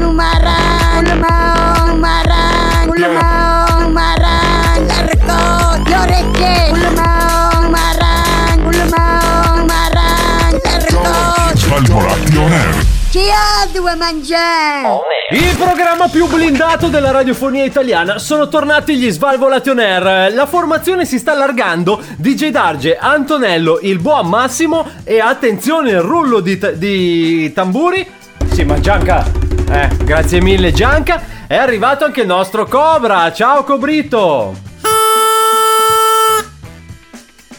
umara ulma umara ulma umara l'arco le orecchie ulma umara ulma umara l'arco
Svalvolati on air.
chi ha due mangiare?
Il programma più blindato della radiofonia italiana sono tornati gli Svalvolation Air. La formazione si sta allargando. DJ Darge, Antonello, il buon Massimo e attenzione, il rullo di, ta- di tamburi. Sì, ma Gianca. Eh, grazie mille Gianca. È arrivato anche il nostro Cobra. Ciao Cobrito.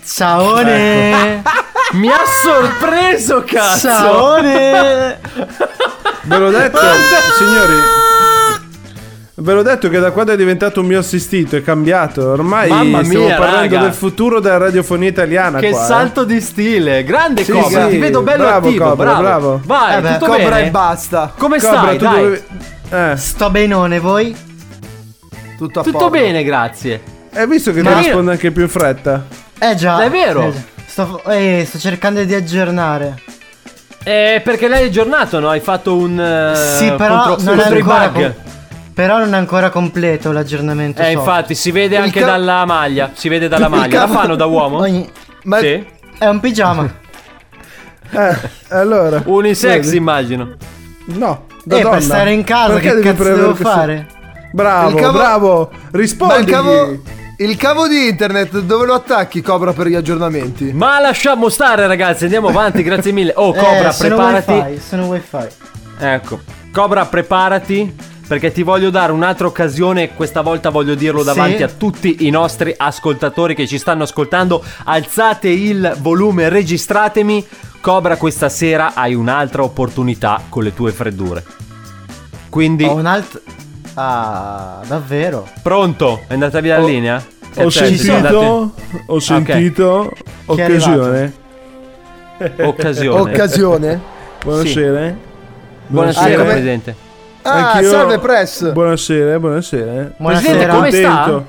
Ciaone.
Ecco. Mi ha sorpreso, cazzo.
Ciaone.
Ve l'ho detto,
Ah!
signori. Ve l'ho detto che da quando è diventato un mio assistito, è cambiato. Ormai
Mamma
stiamo
mia,
parlando
raga.
del futuro della radiofonia italiana.
Che
qua, eh.
salto di stile, grande
Sì,
Cobra,
sì,
ti vedo bello
bravo,
attivo,
Cobra,
bravo.
bravo.
Vai,
Eh beh,
tutto
Cobra
bene?
e basta.
Come
Cobra,
stai?
tu
Dai.
dovevi- Sto benone, voi?
Tutto a
Tutto
poco.
bene, grazie.
eh, Hai visto che
Ma-
ti risponde anche più in fretta?
Eh già.
È vero.
Eh, sto, eh, sto cercando di aggiornare.
Eh, perché l'hai aggiornato, no? Hai fatto un eh,
sì, però
contro,
non è
contro i
ancora
bug.
com- però non è ancora completo l'aggiornamento.
Eh,
software.
infatti, si vede
Il
anche
ca-
dalla maglia. Si vede dalla
Il
maglia. La
cavo-
fanno da uomo?
Ogni-
Sì.
È un pigiama.
Eh, allora.
Unisex,
Vedi?
immagino.
No,
Eh, per stare in casa, che
devi
cazzo devo
premere questo-
fare?
Bravo,
Il cavo-
bravo.
Ma il
Rispondi.
cavo, il cavo di internet dove lo attacchi Cobra per gli aggiornamenti?
Ma lasciamo stare, ragazzi. Andiamo avanti, grazie mille. Oh,
Eh,
Cobra,
sono
preparati.
wifi, sono wifi.
Ecco, Cobra, preparati. Perché ti voglio dare un'altra occasione, questa volta voglio dirlo
Sì.
davanti a tutti i nostri ascoltatori che ci stanno ascoltando. Alzate il volume, registratemi. Cobra, questa sera hai un'altra opportunità con le tue freddure. Quindi,
Oh.
Ho un alt... Ah, davvero?
pronto? È andata via la
Ho-
linea?
Ho
Eh, sì, sì,
sentito,
andate-
ho sentito.
Chi è
Occasione.
Occasione.
Occasione.
Buonasera.
Buonasera, Presidente.
Ah,
Anch'io-
salve Press.
Buonasera, eh, buonasera.
Presidente,
Sono
come sta?
contento.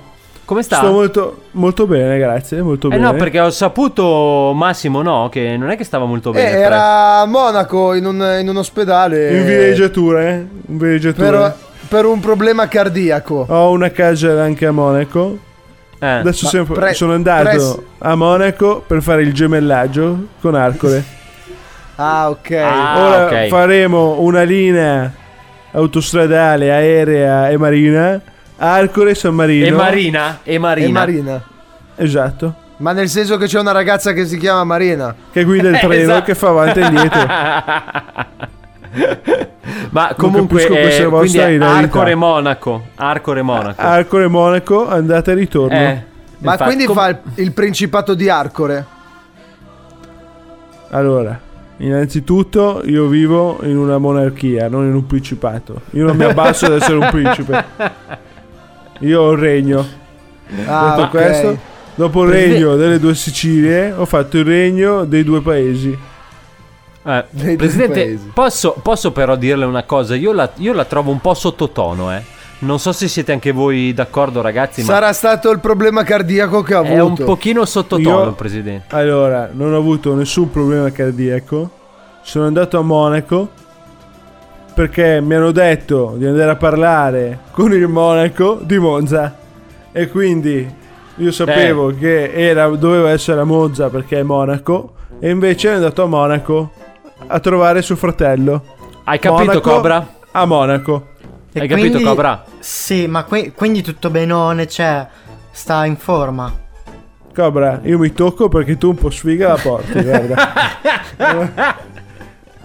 Come sta?
Sto molto, molto bene, grazie. Molto
eh
bene.
no, perché ho saputo Massimo no, che non è che stava molto
Eh,
bene. però.
era a Monaco in un, in un ospedale.
In villeggiatura, eh? In villeggiatura.
Per, per un problema cardiaco.
Ho una casa anche a Monaco.
Eh,
Adesso
ma
sono,
pre-
sono andato
pres-
a Monaco per fare il gemellaggio con Arcole.
Ah, ok.
Ah,
Ora
ok.
faremo una linea autostradale, aerea e marina. Arcole San Marino.
E Marina? E Marina?
E Marina.
Esatto.
Ma nel senso che c'è una ragazza che si chiama Marina.
Che guida il
Eh,
treno
esatto.
che fa avanti e indietro.
Ma
Non
comunque,
capisco questa
eh,
vostra
quindi è
idealità.
Arcore Monaco. Arcore Monaco.
Arcore Monaco, andata e ritorno.
Eh,
Ma
infatti-
quindi
com-
fa il, il principato di Arcore.
Allora, innanzitutto io vivo in una monarchia, non in un principato. Io non mi abbasso ad essere un principe. Io ho un regno.
Ah,
Detto
ok.
questo, dopo il regno delle due Sicilie, ho fatto il regno dei due paesi.
eh,
due
Presidente,
paesi.
posso, posso però dirle una cosa? Io la, io la trovo un po' sottotono, eh. Non so se siete anche voi d'accordo, ragazzi, ma
Sarà stato il problema cardiaco che ha avuto.
è un pochino sottotono,
Io-
Presidente.
Allora, non ho avuto nessun problema cardiaco. Sono andato a Monaco perché mi hanno detto di andare a parlare con il Monaco di Monza. E quindi io sapevo che era- doveva essere a Monza perché è Monaco. E invece è andato a Monaco a trovare suo fratello.
Hai capito,
Monaco
Cobra?
A Monaco.
E
Hai capito,
quindi-
Cobra?
Sì, ma qui- quindi tutto benone, cioè, sta in forma.
Cobra, io mi tocco perché tu un po' sfiga la porti, guarda.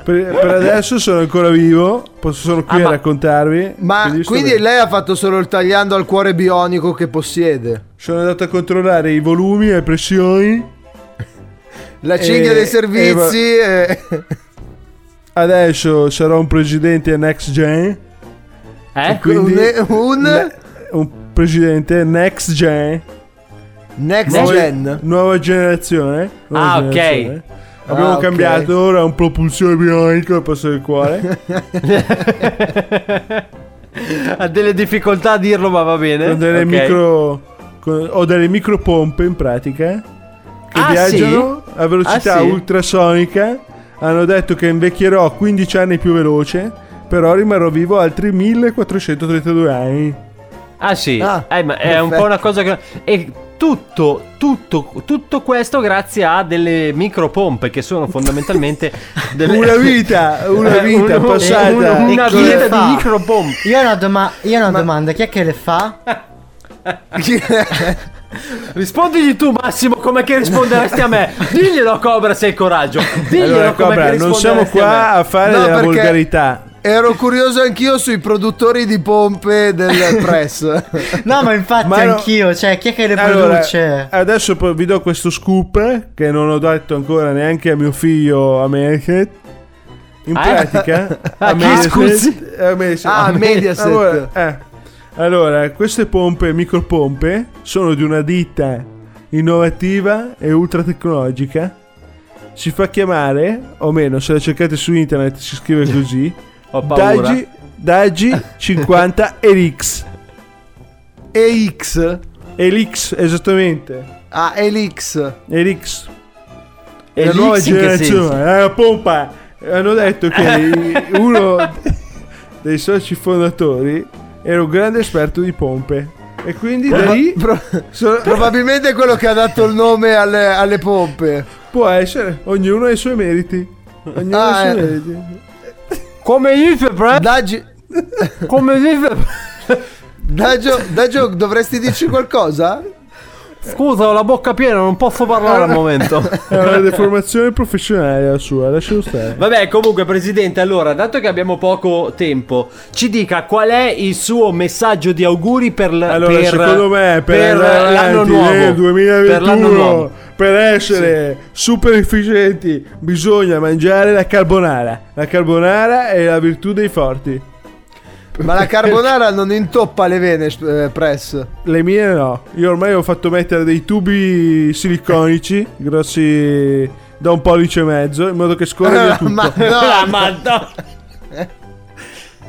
Per, per adesso sono ancora vivo, posso, sono qui
Ah,
a
ma-
raccontarvi.
Ma
quindi sto
quindi
bene.
lei ha fatto solo il tagliando al cuore bionico che possiede.
Sono andato a controllare i volumi, le pressioni.
La cinghia
E-
dei servizi. e-
Adesso sarò un presidente next gen.
Eh?
E quindi
Un- un-
Ne- un presidente next gen.
Next
Nuova-
gen.
Nuova generazione. nuova
Ah, ok.
generazione. Abbiamo
Ah, ok.
cambiato, ora un propulsore bionico al posto del cuore.
Ha delle difficoltà a dirlo, ma va bene.
Con delle
Ok.
micro- con- ho delle micropompe in pratica che
Ah,
viaggiano
sì?
a velocità
Ah, sì?
ultrasonica. Hanno detto che invecchierò a 15 anni più veloce, però rimarrò vivo altri 1432 anni.
Ah, sì.
Ah,
Eh, ma è un
perfetto.
po' una cosa che. E tutto, tutto, tutto questo grazie a delle micropompe che sono fondamentalmente delle.
Una vita, una
Eh,
vita
un-
passata.
un-
E
una
chi le
vita di
fa?
micropompe.
Io ho una, doma- io ho una domanda, chi è che le fa?
Rispondigli tu, Massimo, come che risponderesti a me? Diglielo, Cobra, se hai coraggio. Diglielo,
Allora,
come
Cobra,
che
non
risponderesti
siamo
a
qua
me.
a fare
No,
della
perché-
volgarità.
Ero curioso anch'io sui produttori di pompe del press.
No, ma infatti
Ma no-
anch'io, cioè chi è che le
Allora,
produce?
adesso poi vi do questo scoop che non ho detto ancora neanche a mio figlio American. In
Ah, eh?
pratica,
Ah, chi, scusi?
a Mediaset-
Ah, a Mediaset.
Allora, eh, allora, queste pompe, micropompe, sono di una ditta innovativa e ultra tecnologica. Si fa chiamare, o meno, se la cercate su internet si scrive così.
Ho paura.
Dagi, Dagi 50 Elix.
EX?
Elix, esattamente.
Ah, Elix.
Elix.
E
la nuova
l'X in che senso?
generazione, è una pompa. Hanno detto che i- uno dei soci fondatori era un grande esperto di pompe. E quindi da
Proba-
lì
pro-
sono-
Probabilmente è quello che ha dato il nome alle, alle pompe.
può essere, ognuno ha i suoi meriti. Ognuno ha i
Ah,
suoi
eh.
meriti.
Come dice Brad?
Dagi-
Come dice
Dagio, Dagio, dovresti dirci qualcosa?
Scusa, ho la bocca piena, non posso parlare al momento.
È una deformazione professionale la sua, lascialo stare.
Vabbè, comunque, presidente, allora, dato che abbiamo poco tempo, ci dica qual è il suo messaggio di auguri per, l-
Allora,
per-
secondo me, per,
per
andare
l'anno
avanti
nuovo.
nel
Per l'anno
2021,
nuovo.
per, essere super efficienti, bisogna mangiare la carbonara. La carbonara è la virtù dei forti.
Ma la carbonara non intoppa le vene, eh, press.
Le mie no. Io ormai ho fatto mettere dei tubi siliconici grossi da un pollice e mezzo in modo che scorre via tutto.
Ma
Ah,
no,
ma no.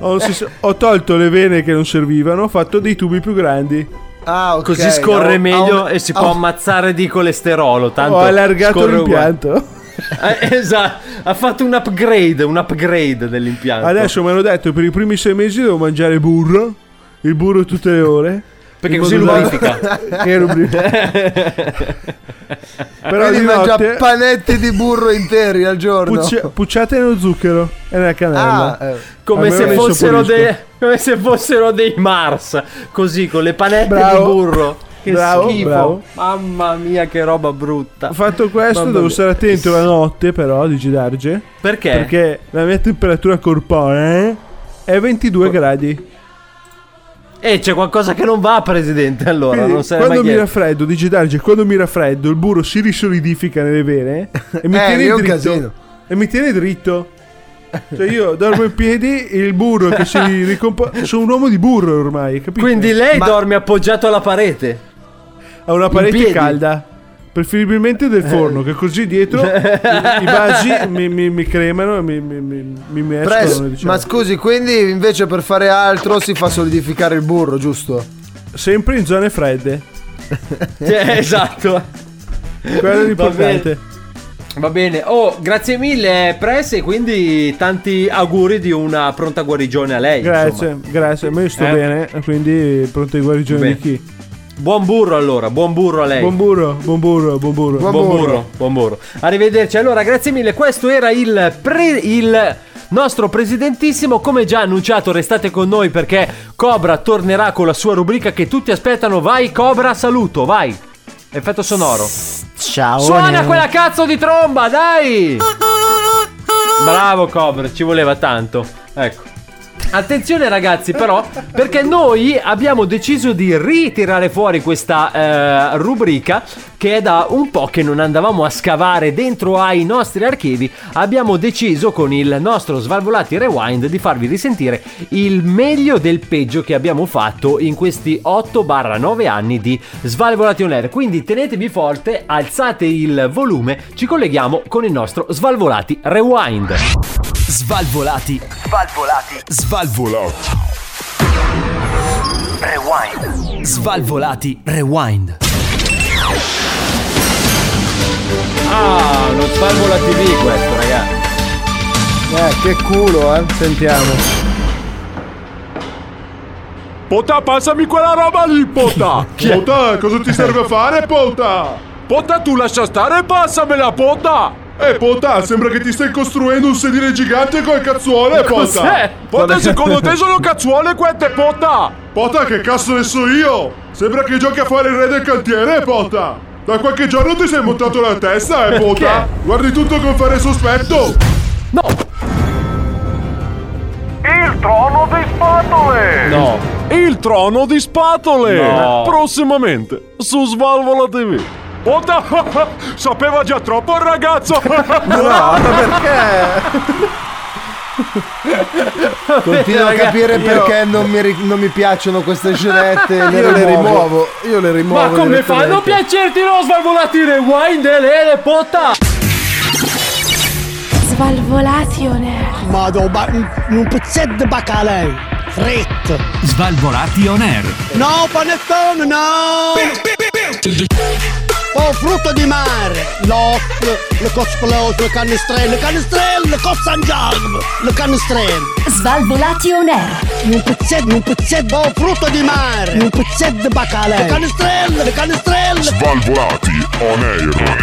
Ho, si- ho tolto le vene che non servivano, ho fatto dei tubi più grandi.
Ah, ok,
Così scorre
no, ha
meglio
un-
e si
ha
può
un-
ammazzare di colesterolo. Tanto
ho Oh. allargato
scorre
l'impianto.
uguale. Eh, esatto, ha fatto un upgrade, un upgrade dell'impianto.
Adesso mi hanno detto per i primi sei mesi devo mangiare burro. Il burro tutte le ore.
Perché
In
così
modo da-
lubrifica.
Che lubrifica. Però
Quindi
di
mangia
notte
panetti di burro interi al giorno.
pucci- pucciate nello zucchero e nella
Ah,
cannella.
eh.
Come
Almeno
se,
mi
fossero
insaporisco.
dei, come se fossero dei Mars, così con le panette
Bravo.
di burro. Che
Bravo,
schifo.
bravo.
Mamma mia, che roba brutta.
Ho fatto questo,
Mamma
devo
mia.
stare attento la notte però di girarge.
Perché?
Perché la mia temperatura corporea è 22 gradi.
Eh, c'è qualcosa che non va, presidente. Allora,
Quindi,
non sai mai
quando mi
chi è.
raffreddo, di girarge, quando mi raffreddo, il burro si risolidifica nelle vene e mi
Eh, lì
tiene
è un
dritto.
casino.
E mi tiene dritto. Cioè io dormo in piedi, il burro che si ricompone... Sono un uomo di burro ormai, capito?
Quindi lei
Ma-
dorme appoggiato alla parete.
Ha una
in
parete
piedi?
calda, preferibilmente del forno, che così dietro i, i vasi mi, mi- mi cremano e mi, mi, mi, mi mescolano,
Press,
diciamo.
ma scusi, quindi invece per fare altro si fa solidificare il burro, giusto?
Sempre in zone fredde,
Cioè, esatto.
quello è
Va bene.
l'importante.
Va bene, oh, grazie mille Press e quindi tanti auguri di una pronta guarigione a lei.
Grazie,
insomma.
grazie, ma io sto
Eh?
bene, quindi pronto ai guarigioni
Bene.
di chi?
Buon burro allora, buon burro a lei.
Buon burro, buon burro, buon burro.
Buon burro, buon burro. Arrivederci. Allora, grazie mille. Questo era il, pre- il nostro presidentissimo. Come già annunciato, restate con noi perché Cobra tornerà con la sua rubrica che tutti aspettano. Vai, Cobra, saluto, vai. Effetto sonoro.
Ciao.
Suona quella cazzo di tromba, dai! Bravo Cobra, ci voleva tanto. Ecco. Attenzione ragazzi però, perché noi abbiamo deciso di ritirare fuori questa eh, rubrica che è da un po' che non andavamo a scavare dentro ai nostri archivi. Abbiamo deciso con il nostro Svalvolati Rewind di farvi risentire il meglio del peggio che abbiamo fatto in questi 8-9 anni di Svalvolati On Air. Quindi tenetevi forte, alzate il volume, ci colleghiamo con il nostro Svalvolati Rewind.
Svalvolati. Svalvolati. Svalvolati. Rewind. Svalvolati. Rewind.
Ah, lo Svalvola TV questo, ragazzi.
Eh, che culo, eh. Sentiamo.
Pota, passami quella roba lì, Pota!
Pota, cosa ti serve a fare, Pota?
Pota, tu lascia stare e passamela, Pota!
Eh, Pota, sembra che ti stai costruendo un sedile gigante con le cazzuole, Pota!
Cos'è? Pota, secondo te sono cazzuole queste, Pota?
Pota, che cazzo ne so io? Sembra che giochi a fare il re del cantiere, Pota! Da qualche giorno ti sei montato la testa, eh, Pota? Guardi tutto con fare sospetto!
No!
Il trono di spatole!
No!
Il trono di spatole!
No.
Prossimamente su Svalvola TV. Pota! Sapeva già troppo il ragazzo!
No, ma perché? Continuo a
Ragazzi,
capire
io-
perché non mi, ri- non mi piacciono queste scenette.
Io le
rimuovo. Io le
Ma
rimuovo.
come fa a non
direttamente.
piacerti lo Svalvolati Rewind, Elele, Pota?
Svalvolati on air. Vado, ba- un, un pezzetto di bacalei. Fritto.
Svalvolati on air.
No, panettone, no! Oh, frutto di mare! L'oc, le cosplot, le canestrelle, le canestrelle, le cossangialm, le canestrelle. Svalvolati on air. Un pezzetto, un pezzetto, oh, frutto di mare! Un pezzetto di bacalei. Le canestrelle, le canestrelle.
Svalvolati on air.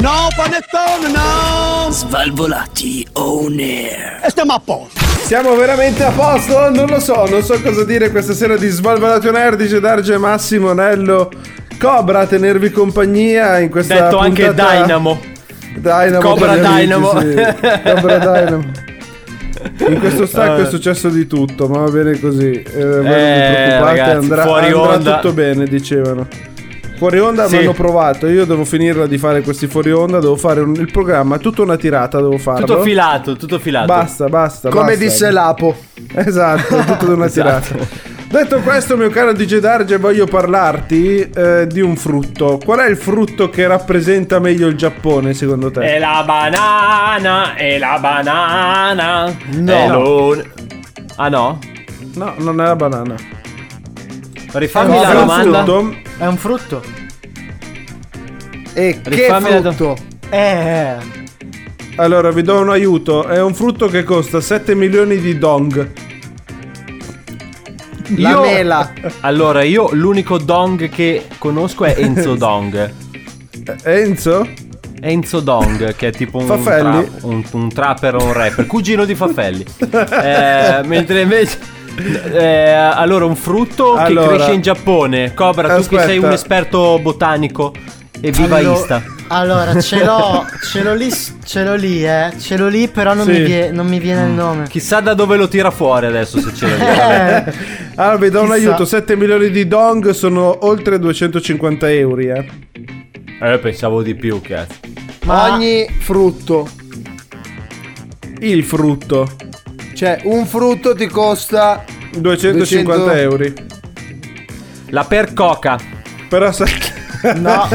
No, panettone, no!
Svalvolati on air.
E stiamo a posto.
Siamo veramente a posto? Non lo so, non so cosa dire questa sera di Svalvolato Nerdice, Darge Massimo, Nello, Cobra a tenervi compagnia in questa
Detto anche
puntata-
Dynamo.
Dynamo
Cobra
per gli amici,
Dynamo.
sì. Cobra Dynamo. In questo stacco è
Eh.
successo di tutto, ma va bene così. Eh, voi non vi preoccupate,
ragazzi,
andrà,
fuori
andrà
onda.
tutto bene, dicevano. Fuori onda
Sì.
mi hanno provato, io devo finirla di fare questi fuori onda, devo fare un- il programma, tutta una tirata devo farlo.
Tutto filato, tutto filato.
Basta, basta.
Come
basta.
disse Lapo.
Esatto, è tutto da una
Esatto.
tirata. Detto questo, mio caro DJ Darge, voglio parlarti eh, di un frutto. Qual è il frutto che rappresenta meglio il Giappone, secondo te?
E la banana, e la banana.
No.
E lo- Ah no?
No, non è la banana.
Rifammi
No,
la
è un
domanda.
frutto.
È un frutto.
E
Rifammi la
che
do-
frutto?
Eh.
Allora, vi do un aiuto. È un frutto che costa 7 milioni di dong.
La
Io-
mela.
Allora, io l'unico dong che conosco è Enzo Dong.
Eh, Enzo?
Enzo Dong, che è tipo un,
Fafelli?
tra- un, un trapper o un rapper, cugino di Fafelli. Eh, mentre invece. eh, allora, un frutto
Allora.
che cresce in Giappone. Cobra, tu
Aspetta.
che sei un esperto botanico e vivaista.
Allora, ce l'ho, ce l'ho lì, ce l'ho lì, eh. Ce l'ho lì, però non,
Sì. Mm.
mi, vie- non mi viene il nome.
Chissà da dove lo tira fuori adesso se ce l'ha. Eh.
Allora, Ah, vi do un
Chissà.
aiuto. 7 milioni di dong sono oltre 250 euro. Eh.
Eh, pensavo di più, cazzo.
Ma ogni frutto.
Il frutto.
Cioè, un frutto ti costa
250 euro.
La percoca.
Però sai.
No,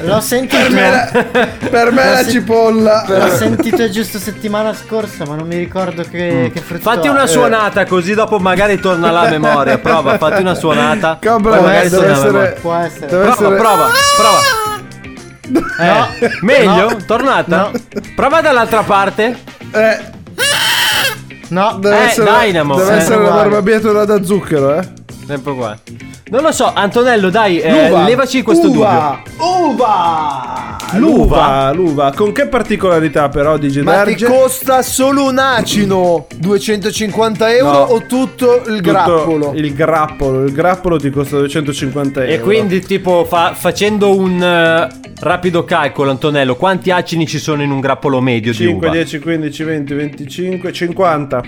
l'ho sentito.
Per me la- per me
L'ho
la cipolla.
L'ho sentito giusto settimana scorsa, ma non mi ricordo che, che frutto.
Mm.
Cioè,
Fatti
eh.
una
è. Eh,
suonata così dopo magari torna la memoria. Prova, fatti una suonata.
Cobra,
poi magari
deve
torna la
essere-
memoria.
Può essere.
Prova, prova, prova. Eh, meglio?
No.
Tornata? Prova dall'altra parte.
Eh,
No,
deve
Eh,
essere,
Dynamo.
deve
Eh,
essere la
uguale.
barbabietola da zucchero, eh.
Sempre qua. Non lo so, Antonello, dai, eh,
L'uva.
levaci questo
Uva.
dubbio.
Uva!
l'uva, l'uva. Con che particolarità però di
Ma ti
Gedarge?
costa solo un acino 250 euro
No.
o tutto il
Tutto
grappolo?
Il grappolo, il grappolo ti costa 250 euro.
E quindi, tipo, fa- facendo un eh, rapido calcolo, Antonello, quanti acini ci sono in un grappolo medio di
5,
uva?
10, 15, 20, 25, 50.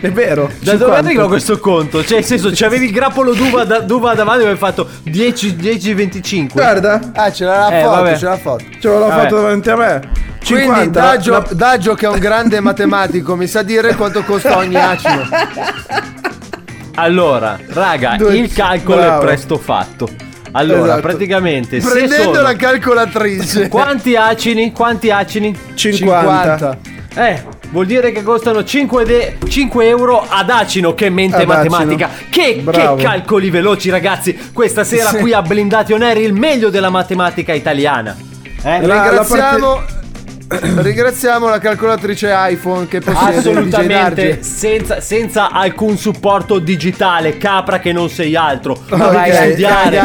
È vero.
Da dove
50.
arriva questo conto? Cioè, nel senso, c'avevi il grappolo d'uva, da- d'uva davanti e avevi fatto 10, 10, 25.
Guarda.
Ah, ce l'ha la
Eh,
foto,
vabbè.
ce l'ha la foto.
Ce l'ho
Vabbè.
fatto davanti a me. 50.
Quindi
la-
Daggio,
la-
Daggio, che è un grande matematico, mi sa dire quanto costa ogni acino.
Allora, raga,
Due-
il calcolo
bravo.
è presto fatto. Allora,
Esatto.
praticamente, se
Prendendo
sono...
la calcolatrice.
Quanti acini? Quanti acini?
50.
Eh, vuol dire che costano 5, de- 5 euro ad acino, che mente
Ad acino.
matematica. Che, che
Bravo.
calcoli veloci, ragazzi. Questa sera
Sì.
qui a Blindati On Air il meglio della matematica italiana. Eh?
La- la
Ringraziamo. Ringraziamo la calcolatrice iPhone che possiede il DJ
Assolutamente
Darge.
senza, senza alcun supporto digitale, capra che non sei altro.
Ok,
devi studiare,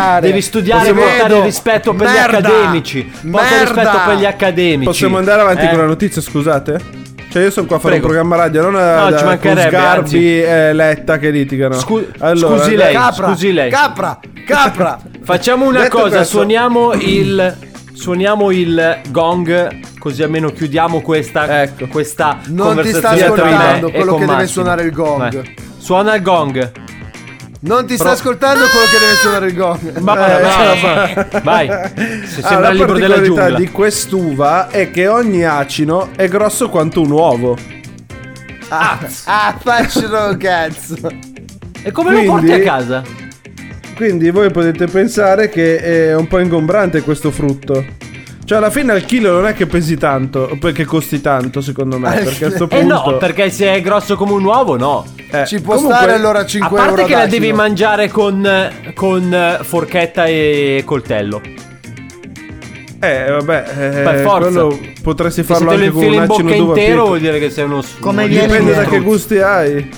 studiare.
devi studiare,
Possiamo-
portare
Vedo.
rispetto per
Merda.
gli accademici. Porta
Merda.
rispetto per gli accademici.
Possiamo andare avanti
Eh?
con la notizia, scusate? Cioè io sono qua a fare
Prego.
un programma radio, non a,
No,
da-
ci
con
mancherebbe,
Sgarbi
anzi.
e Letta che litigano.
Scu-
Allora,
scusi lei,
Capra,
scusi lei.
capra, capra.
Facciamo una
Detto
cosa,
questo-
suoniamo il suoniamo il gong così almeno chiudiamo questa
Ecco.
questa
Non ti sta
conversazione tra me
ascoltando
e
quello
con
che deve
Massimo.
suonare il gong.
Vai. Suona il gong.
Non ti sta
Pro-
ascoltando quello che deve suonare il gong.
Vai,
Eh,
vai, vai. Se
Ah,
sembra il
la
libro della
particolarità
giungla.
di quest'uva è che ogni acino è grosso quanto un uovo.
Ah, ah faccio un cazzo.
E come
Quindi-
lo porti a casa?
Quindi voi potete pensare che è un po' ingombrante questo frutto. Cioè, alla fine al chilo non è che pesi tanto, perché costi tanto, secondo me. Perché a sto
Eh
punto.
no, perché se è grosso come un uovo, no.
Eh,
Ci può
comunque-
stare allora 5
A
euro.
parte che la
d'acino.
devi mangiare con, con eh, forchetta e coltello.
Eh, vabbè, eh,
Per forza.
quello potresti
Se
farlo
te lo
anche con
infili
un
in
acino
bocca
d'uva
intero
piccolo.
vuol dire che sei uno s-
Come
uno
viene
Dipende da
struzzo.
che gusti hai.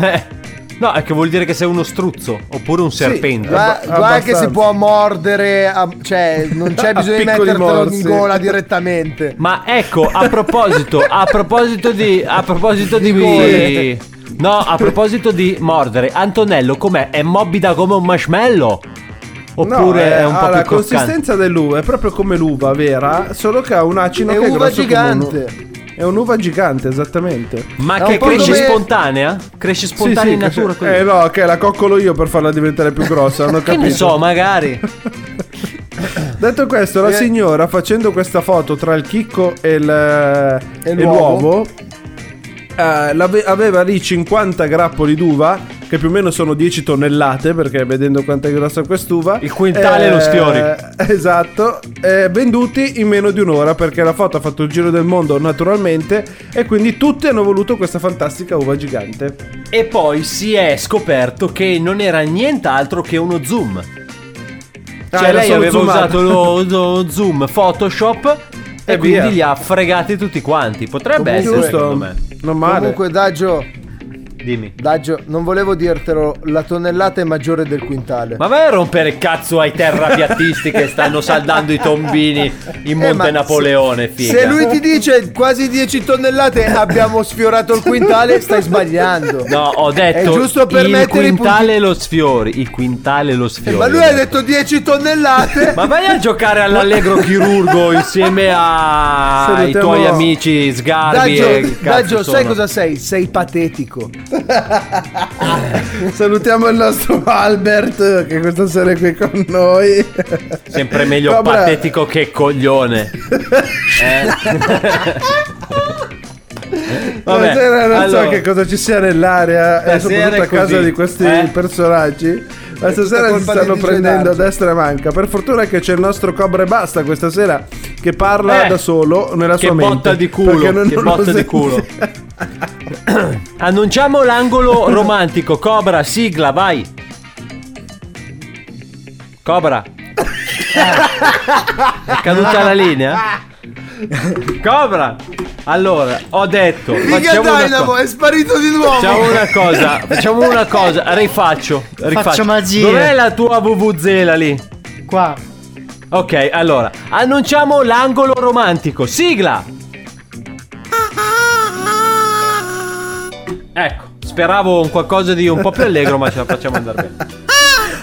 Eh, No, è che vuol dire che sei uno struzzo oppure un serpente.
Gua-
Abba-
Guarda che
abbastanza.
si può mordere, a- cioè non c'è bisogno di
Piccoli
mettertelo
morsi.
in gola direttamente.
Ma ecco, a proposito, a proposito di a proposito di
Rigore.
No, a proposito di mordere, Antonello com'è? È morbida come un marshmallow? Oppure
No, eh,
è un po'
ha
più
la
croccante?
consistenza dell'uva è proprio come l'uva vera, solo che ha un acino
È
che è
uva
grosso come un-
gigante.
È un'uva gigante, esattamente.
Ma
È un
che
po'
cresce
come-
spontanea? Cresce spontanea in natura così?
Eh no, che la coccolo io per farla diventare più grossa, non ho
che
capito.
ne so, magari.
Detto questo, la
Eh.
signora facendo questa foto tra il chicco e, il, e
l'uovo.
l'uovo, eh, l'ave- aveva lì 50 grappoli d'uva, che più o meno sono 10 tonnellate, perché vedendo quanto è grossa quest'uva. eh,
Il quintale lo sfiori.
Esatto, eh, venduti in meno di un'ora, perché la foto ha fatto il giro del mondo naturalmente, e quindi tutti hanno voluto questa fantastica uva gigante.
E poi si è scoperto che non era nient'altro che uno zoom.
Ah,
Cioè
era
lei
solo
aveva
zoomato.
usato lo, lo zoom Photoshop e,
E
quindi
via.
li ha fregati tutti quanti. Potrebbe
Comunque-
essere,
Giusto?
secondo me.
Non male.
Comunque Daggio,
Dimmi.
Daggio, non volevo dirtelo, la tonnellata è maggiore del quintale.
Ma vai a rompere cazzo ai terrapiattisti che stanno saldando i tombini in
Eh,
Monte
ma
Napoleone,
se-
figa.
Se lui ti dice quasi 10 tonnellate abbiamo sfiorato il quintale, stai sbagliando.
No, ho detto
È giusto per
il
mettere i
quintale lo sfiori, il quintale lo sfiori.
Ma lui ha detto 10 tonnellate.
Ma vai a giocare all'allegro chirurgo insieme a- ai
Salutiamo-
tuoi amici sgarbi e
Daggio,
che cazzo
Daggio sai
sono.
cosa sei? Sei patetico.
Salutiamo il nostro Albert che questa sera è qui con noi.
Sempre meglio
Vabbè.
patetico che coglione. Eh. Vabbè,
Stasera non
allora,
so che cosa ci sia nell'area e
Stasera
soprattutto
è
a casa
così,
di questi
eh?
personaggi. Ma stasera
colpa
si stanno
di DJ
prendendo a
Darge.
destra e manca. Per fortuna che c'è il nostro Cobra e Basta questa sera che parla
Eh,
da solo nella
che
sua mente.
botta di culo,
perché non-
che
non
botta
lo
di culo.
senti.
Annunciamo l'angolo romantico. Cobra, sigla, vai. Cobra. È caduta la linea? Cobra. Allora, ho detto.
Figa
Facciamo una,
Dynamo
co-
è sparito di nuovo.
facciamo una cosa. Facciamo una cosa. Rifaccio. rifaccio.
magie.
Dov'è la tua VVZela lì?
Qua.
Ok, allora, annunciamo l'angolo romantico. Sigla! Ecco, speravo un qualcosa di un po' più allegro, ma ce la facciamo andare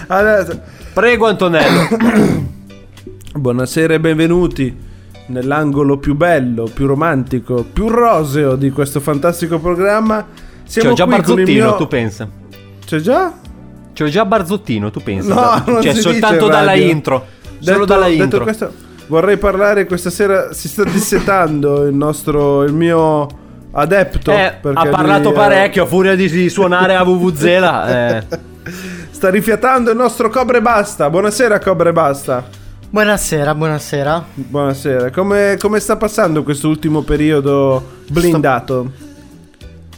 bene. Prego Antonello.
Buonasera e benvenuti nell'angolo più bello, più romantico, più roseo di questo fantastico programma.
C'ho già
qui con il
Barzottino,
mio-
tu pensa.
C'è già?
C'ho già Barzottino, tu pensa.
No, non
cioè,
si dice
soltanto
in
dalla
radio.
intro.
Detto-
solo dalla
detto
intro.
questo, vorrei parlare questa sera. Si sta dissetando il nostro, il mio adepto.
Eh,
perché
ha parlato
lui, eh,
parecchio, a furia di, di suonare a Vuvuzela. eh.
Sta rifiatando il nostro Cobre Basta. Buonasera, Cobre Basta.
Buonasera, buonasera.
Buonasera. Come, come sta passando questo ultimo periodo blindato?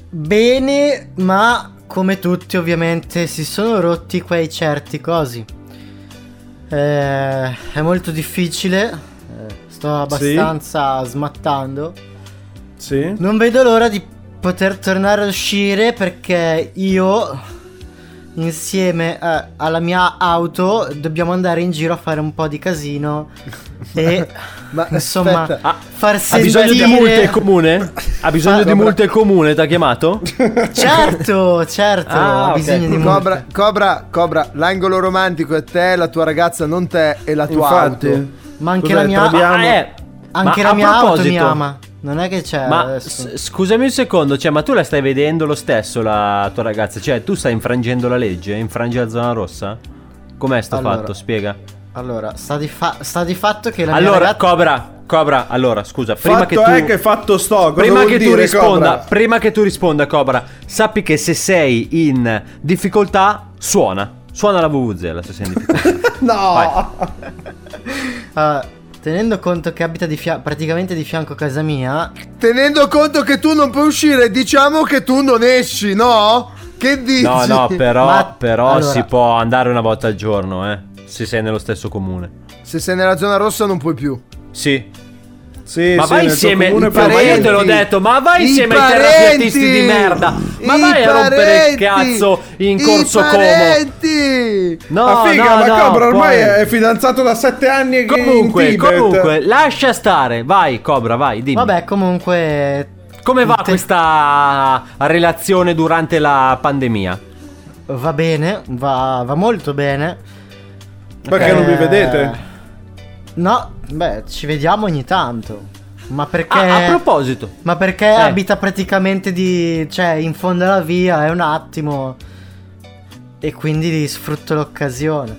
Bene, ma come tutti ovviamente si sono rotti quei certi cosi. Eh, è molto difficile, eh, sto abbastanza smattando.
Sì.
Non vedo l'ora di poter tornare a uscire perché io insieme eh, alla mia auto dobbiamo andare in giro a fare un po' di casino e insomma
aspetta. Ah,
far
Ha
sentire
bisogno di multe il comune? Ha
Ah,
bisogno di multe il comune, ti ha chiamato?
Certo, certo,
Ah,
ho bisogno
ok.
di multe.
Cobra, Cobra, Cobra, l'angolo romantico è te, la tua ragazza non te e la tua
Infatti.
auto.
Ma anche la mia
Ah, eh,
anche
ma
la
a
mia auto mi
proposito-
ama. Non è che c'è
Ma
adesso.
s- scusami un secondo, cioè, ma tu la stai vedendo lo stesso la tua ragazza? Cioè, tu stai infrangendo la legge? Infrangi la zona rossa? Com'è sto
Allora.
fatto? Spiega.
Allora, sta di, fa- sta di fatto che la mia
allora,
ragazza
Cobra, Cobra, allora, scusa, prima
Fatto
che tu
è che fatto sto. Cosa
Prima
vuol
che tu
dire,
risponda,
Cobra?
prima che tu risponda, Cobra, sappi che se sei in difficoltà, suona. Suona la VVZella se sei in difficoltà.
No! Ah, tenendo conto che abita di fia- praticamente di fianco a casa mia,
Tenendo conto che tu non puoi uscire, diciamo che tu non esci, no? Che dici?
No, no, però,
Ma-
però
Allora,
si può andare una volta al giorno, eh. Se sei nello stesso comune.
Se sei nella zona rossa non puoi più.
Sì.
Sì,
ma
sì, nel
vai
tuo
insieme,
comune
i parenti,
puoi-
ma io te l'ho detto, ma vai
I
insieme ai
parenti!
terapeutisti di merda. Ma
I
vai a rompere il
parenti!
cazzo in corso
I
Como.
parenti!
No,
ah, figa,
no,
ma
no,
Cobra ormai
poi-
è fidanzato da sette anni e
Comunque, comunque, lascia stare, vai Cobra, vai, dimmi.
vabbè, comunque
Come va questa relazione durante la pandemia?
va bene, va, va molto bene.
Perché
Eh,
non vi vedete?
No, beh, ci vediamo ogni tanto. Ma perché
Ah, a proposito,
Ma perché
Eh.
abita praticamente di. cioè in fondo alla via, è un attimo. E quindi sfrutto l'occasione.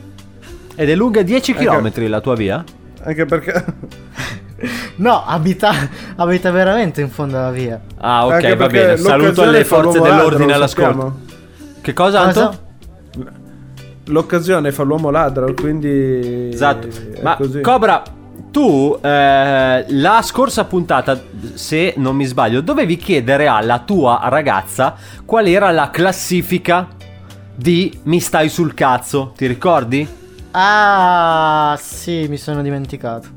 ed è lunga 10
Ecco.
km la tua via?
Anche perché.
No, abita, abita veramente in fondo alla via.
Ah, ok,
Anche
va
perché
bene. Saluto
l'occasione
le
fa
forze
l'uomo ladro,
dell'ordine
lo
all'ascolto.
sappiamo.
Che cosa,
Cosa?
Anto?
Eh, L'occasione fa l'uomo ladro, quindi.
Esatto.
è
Ma
così.
Cobra, tu eh, la scorsa puntata, se non mi sbaglio, dovevi chiedere alla tua ragazza qual era la classifica di Mi stai sul cazzo, ti ricordi?
Ah, sì, mi sono dimenticato.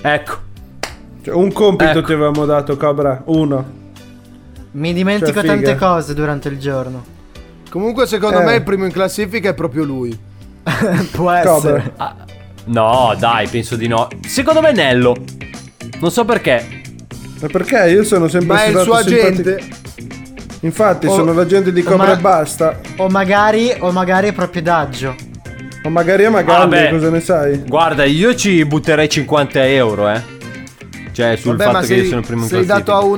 Ecco.
Cioè, un compito
Ecco.
ti avevamo dato, Cobra. Uno.
Mi dimentico
Cioè, figa.
tante cose durante il giorno.
Comunque, secondo
Eh.
me, il primo in classifica è proprio lui.
Può
Cobra.
essere.
No, dai, penso di no. Secondo me Nello. Non so perché.
Ma perché io sono sempre
Ma è il
stato
suo
simpatico-
agente.
Infatti,
O-
sono l'agente di
o
Cobra
ma-
e basta.
O magari, o magari è proprio Daggio.
O magari a Magalli,
Ah, Vabbè.
cosa ne sai?
Guarda, io ci butterei 50 euro, eh. Cioè, sul
Vabbè,
fatto
ma
che
sei,
io sono il primo in
sei
classifica.
dato a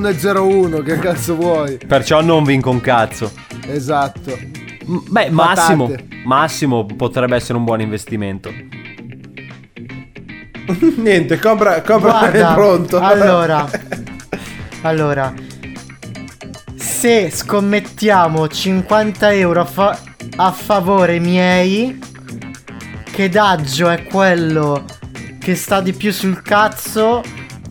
1,01, che cazzo vuoi?
Perciò non vinco un cazzo.
Esatto.
M- Beh,
Patate.
Massimo. Massimo potrebbe essere un buon investimento.
Niente, Cobra, Cobra
Guarda,
è pronto.
Allora, allora, se scommettiamo 50 euro a, fa- a favore miei, che Daggio è quello che sta di più sul cazzo,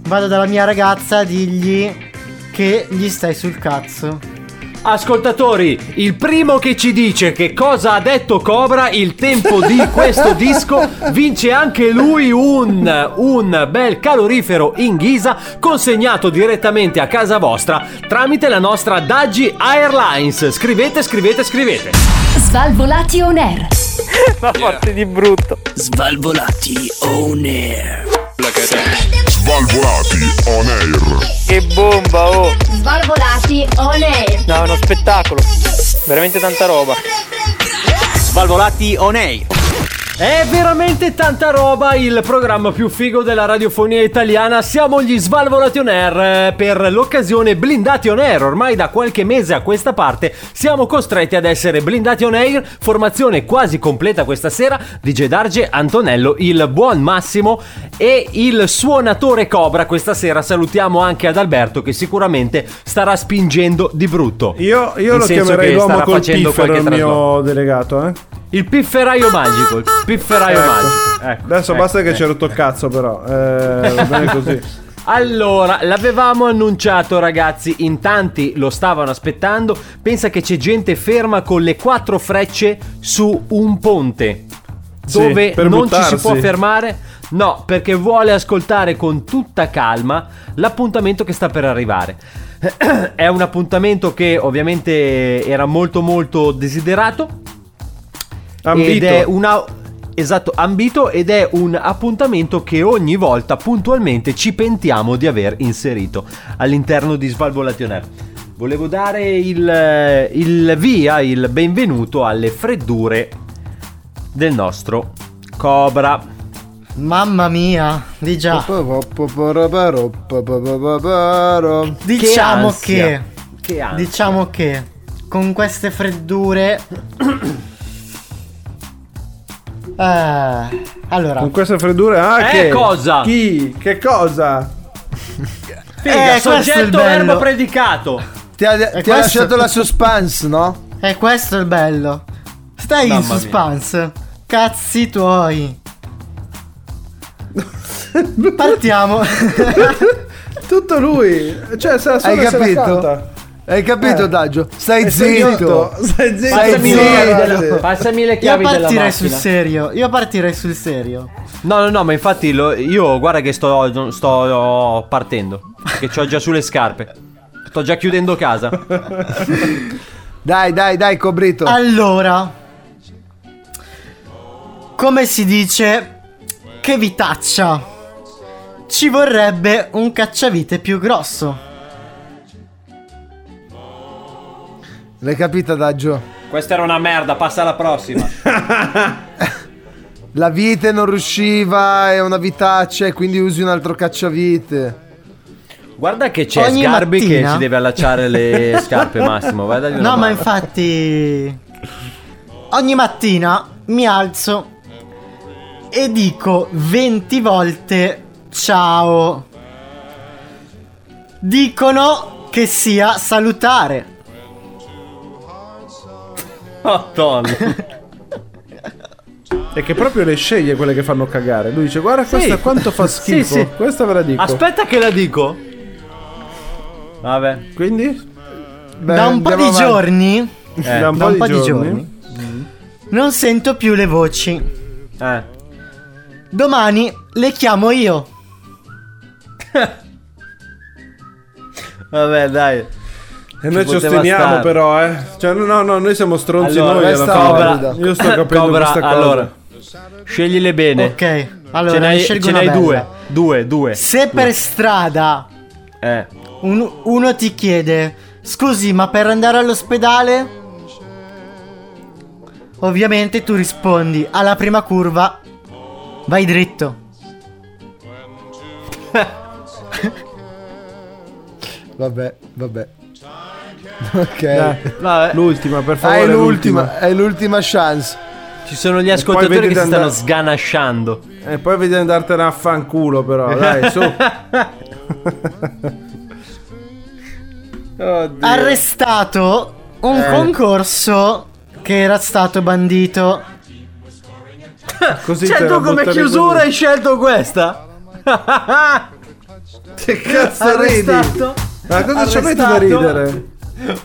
vado dalla mia ragazza a dirgli che gli stai sul cazzo.
Ascoltatori, il primo che ci dice che cosa ha detto Cobra, il tempo di questo disco, vince anche lui un, un bel calorifero in ghisa consegnato direttamente a casa vostra tramite la nostra Daggi Airlines. Scrivete, scrivete, scrivete.
Svalvolati on air.
Ma forte di brutto.
Svalvolati on air.
Svalvolati on air.
Che bomba, oh!
Svalvolati on air.
No, è uno spettacolo. Veramente tanta roba.
Svalvolati on air. È veramente tanta roba il programma più figo della radiofonia italiana. Siamo gli Svalvolati on Air eh, per l'occasione Blindati on Air. Ormai da qualche mese a questa parte siamo costretti ad essere Blindati on Air. Formazione quasi completa questa sera di Gedarge Antonello, il buon Massimo e il suonatore Cobra. Questa sera salutiamo anche ad Alberto che sicuramente starà spingendo di brutto.
Io, io lo chiamerei l'uomo col piffero il mio delegato, eh.
Il pifferaio magico, il pifferaio
Ecco.
magico. Ecco,
Adesso
ecco,
basta che
ecco.
c'è rotto il cazzo però. Eh, va bene così.
Allora, l'avevamo annunciato ragazzi, in tanti lo stavano aspettando. Pensa che c'è gente ferma con le quattro frecce su un ponte.
Sì,
Dove
per
non ci si
buttarsi.
può fermare. No, perché vuole ascoltare con tutta calma l'appuntamento che sta per arrivare. È un appuntamento che ovviamente era molto molto desiderato. Ed
Ambito.
è una- Esatto, ambito ed è un appuntamento che ogni volta puntualmente ci pentiamo di aver inserito all'interno di Svalvolation Air. Volevo dare il, il via, il benvenuto alle freddure del nostro Cobra.
Mamma mia, di già. Diciamo
ansia.
che,
Che ansia.
diciamo che con queste freddure Eh, allora
Con queste freddure anche.
Eh, cosa?
Chi? Che cosa?
Figa,
eh, questo è il
soggetto
bello.
verbo predicato.
Ti ha, ti ha
questo-
lasciato la suspense, no?
E eh, questo è il bello. Stai in
Mamma mia.
suspense. Cazzi tuoi. Partiamo.
Tutto lui. Cioè, se la
Hai
sola se la
capito?
canta.
Hai capito,
Eh.
Daggio? Stai
Eh, stai
zitto.
zitto, stai zitto.
Stai
Passami le-
zitto.
Passami le
Io
chiavi della
partirei sul
macchina.
serio. Io partirei sul serio.
No, no, no, ma infatti lo- io guarda che sto, sto partendo. Che ho già sulle scarpe. Sto già chiudendo casa.
Dai, dai, dai, Cobrito.
Certo.
Allora, come si dice che vi taccia? Ci vorrebbe un cacciavite più grosso.
L'hai capita, Daggio?
Questa era una merda, passa alla prossima.
La vite non riusciva, è una vitaccia e quindi usi un altro cacciavite.
Guarda che c'è
Ogni
Sgarbi
mattina-
che ci deve allacciare le scarpe, Massimo. Vai dagli una
No, ma
mano.
infatti, ogni mattina mi alzo e dico 20 volte ciao. Dicono che sia salutare.
Madonna.
È che proprio le sceglie quelle che fanno cagare. Lui dice, guarda questa quanto fa
Sì,
schifo.
sì.
Questa ve la dico.
Aspetta che la dico. Vabbè.
Quindi?
da un po' di giorni
Eh, da un po' di giorni.
non sento più le voci.
Eh.
Domani le chiamo io.
Vabbè, dai.
E noi ci
poteva
ostiniamo
stare.
però, eh. Cioè, no, no, no, noi siamo stronzi
Allora,
noi
questa
alla
Cobra-
fine. Io sto capendo
Cobra,
questa cosa.
allora. Sceglile bene.
Ok, allora,
ce
ne
n'hai,
scelgo
ce
una
n'hai
bella.
due. Due, due.
Se per strada
Due. Eh.
un- uno ti chiede, scusi, ma per andare all'ospedale? Ovviamente tu rispondi alla prima curva, vai dritto.
Vabbè, vabbè. Ok.
Dai,
Vabbè.
L'ultima,
Ah,
per favore.
Hai l'ultima, è l'ultima chance.
Ci sono gli
poi
ascoltatori
vedi
che si stanno
d'andare-
sganasciando.
E Eh, poi vedi di andartene a fanculo, però. Dai, su. Oddio.
Arrestato un
Eh.
concorso che era stato bandito.
Così
cioè,
te la
tu come
buttare
chiusura
così.
hai scelto questa? che
Cazzo ridi? Ma cosa ci avete da ridere?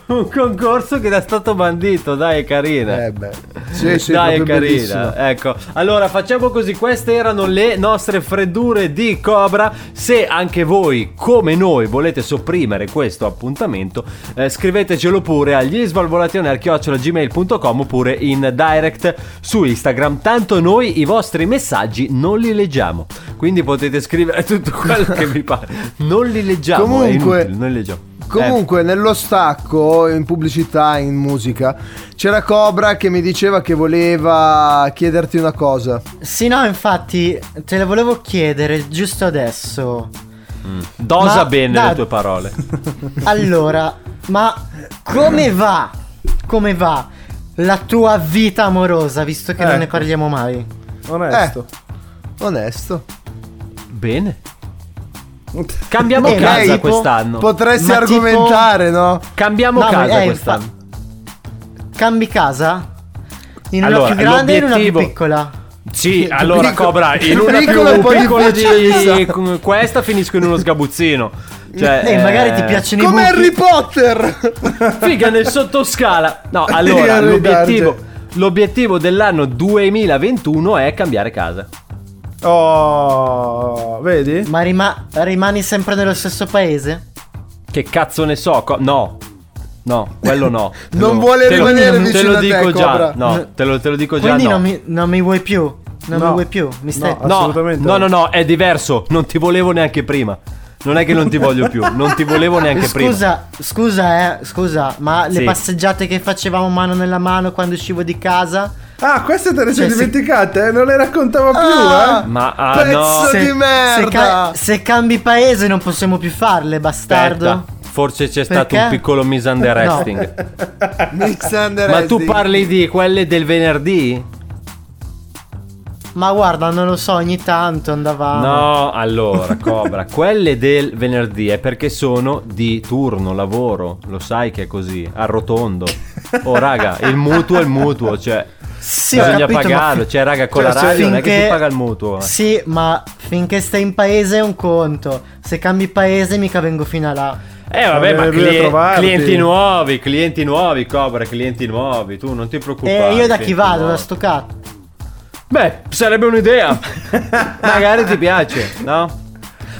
Un concorso che era stato bandito, dai, è carina.
Eh beh. Sì, sì,
dai, è
proprio
carina.
bellissimo.
Ecco. Allora, facciamo così, queste erano le nostre freddure di Cobra. Se anche voi, come noi, volete sopprimere questo appuntamento, eh, scrivetecelo pure agli svalvolationer@gmail.com oppure in direct su Instagram. Tanto noi i vostri messaggi non li leggiamo. Quindi potete scrivere tutto quello che vi pare. Non li leggiamo, è
Comunque-
inutile, non li leggiamo. Eh,
Comunque, nello stacco, in pubblicità, in musica, c'era Cobra che mi diceva che voleva chiederti una cosa.
Sì, no, infatti, te le volevo chiedere giusto adesso.
Mm. Dosa
Ma-
bene
dai.
le tue parole.
Allora, ma come va? Come va la tua vita amorosa, visto che non ne
Ecco.
parliamo mai?
Onesto. Eh, Onesto.
Bene. Cambiamo
Ok,
casa
tipo,
quest'anno.
Potresti
Ma tipo-
argomentare, no?
Cambiamo
No,
casa
ma, eh,
quest'anno.
Cambi casa? In una
Allora,
più grande e in una più
l'obiettivo-
piccola?
Sì, allora
picco-
Cobra, in
più
una più
piccolo e poi
piccola
difficile.
di come questa finisco in uno sgabuzzino. Cioè,
Eh, magari ti piacciono i
Come
buchi.
Harry Potter!
Figa nel sottoscala. No,
Figa
allora
nel
l'obiettivo, l'obiettivo dell'anno 2021 è cambiare casa.
Oh, vedi?
Ma rima- rimani sempre nello stesso paese?
Che cazzo ne so? co- no. No, quello no. Te
Non
lo-
vuole
te lo-
rimanere
te
vicino
lo
a te,
dico
Cobra.
già. No, te lo, te lo dico già.
Quindi
no.
non, mi, non mi vuoi più? Non
No.
mi vuoi più? Mi stai...
No, No, no, no, è diverso. Non ti volevo neanche prima. Non è che non ti voglio più, non ti volevo neanche prima.
Scusa, scusa, eh, scusa, ma le
Sì.
passeggiate che facevamo mano nella mano quando uscivo di casa?
Ah, queste te le
Cioè,
sei
se-
dimenticate, eh? non le raccontava più,
Ah,
eh?
Ma ah, no,
Pezzo di merda!
Se, ca- se cambi paese non possiamo più farle, bastardo.
aspetta. Forse c'è stato
Perché?
un piccolo misunderstanding. Ma tu parli di quelle del venerdì?
Ma guarda, non lo so, ogni tanto andavamo.
No, allora, Cobra, quelle del venerdì è perché sono di turno, lavoro, lo sai che è così, arrotondo. Oh raga, il mutuo è il mutuo, cioè
Sì, ho
bisogna
capito, ma
pagarlo,
fi-
cioè raga con
cioè,
la
se-
radio non è che
finché-
si paga il mutuo. eh.
Sì, ma finché stai in paese è un conto. Se cambi paese mica vengo fino a là.
Eh vabbè,
Va
ma
bene, lui a
cli-
trovarti.
clienti nuovi, clienti nuovi, Cobra, clienti nuovi, tu non ti preoccupare.
E Eh, io da chi
clienti
vado? Da
nuovi.
sto cazzo.
Beh, sarebbe un'idea. Magari ti piace, no?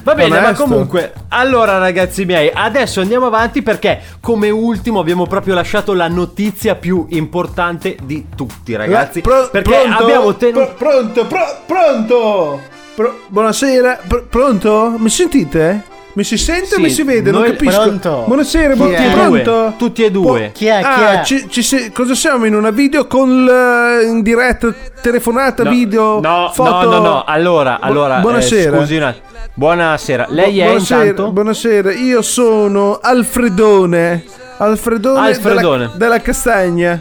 Va bene, ma
Onesto.
comunque, allora ragazzi miei, adesso andiamo avanti perché come ultimo abbiamo proprio lasciato la notizia più importante di tutti, ragazzi.
La- pro-
perché
pronto?
abbiamo tenuto...
Pro- pronto, pro- pronto! Pro- buonasera, pr- pronto? Mi sentite? Mi si sente o
Sì,
mi si vede? Non
noi-
capisco.
pronto.
Buonasera,
Chi
buon-
è?
pronto?
Tutti e due.
Chi è? Chi
Ah,
è?
ci- ci se- cosa siamo? In una video con l- in diretta, telefonata,
No,
video,
no,
foto?
no, no, no, allora,
Bu-
allora... eh,
buonasera.
scusi un attimo. Buonasera, lei
Bu-
è
buonasera,
intanto...
Buonasera, io sono Alfredone. Alfredone,
Alfredone.
Della, della Castagna.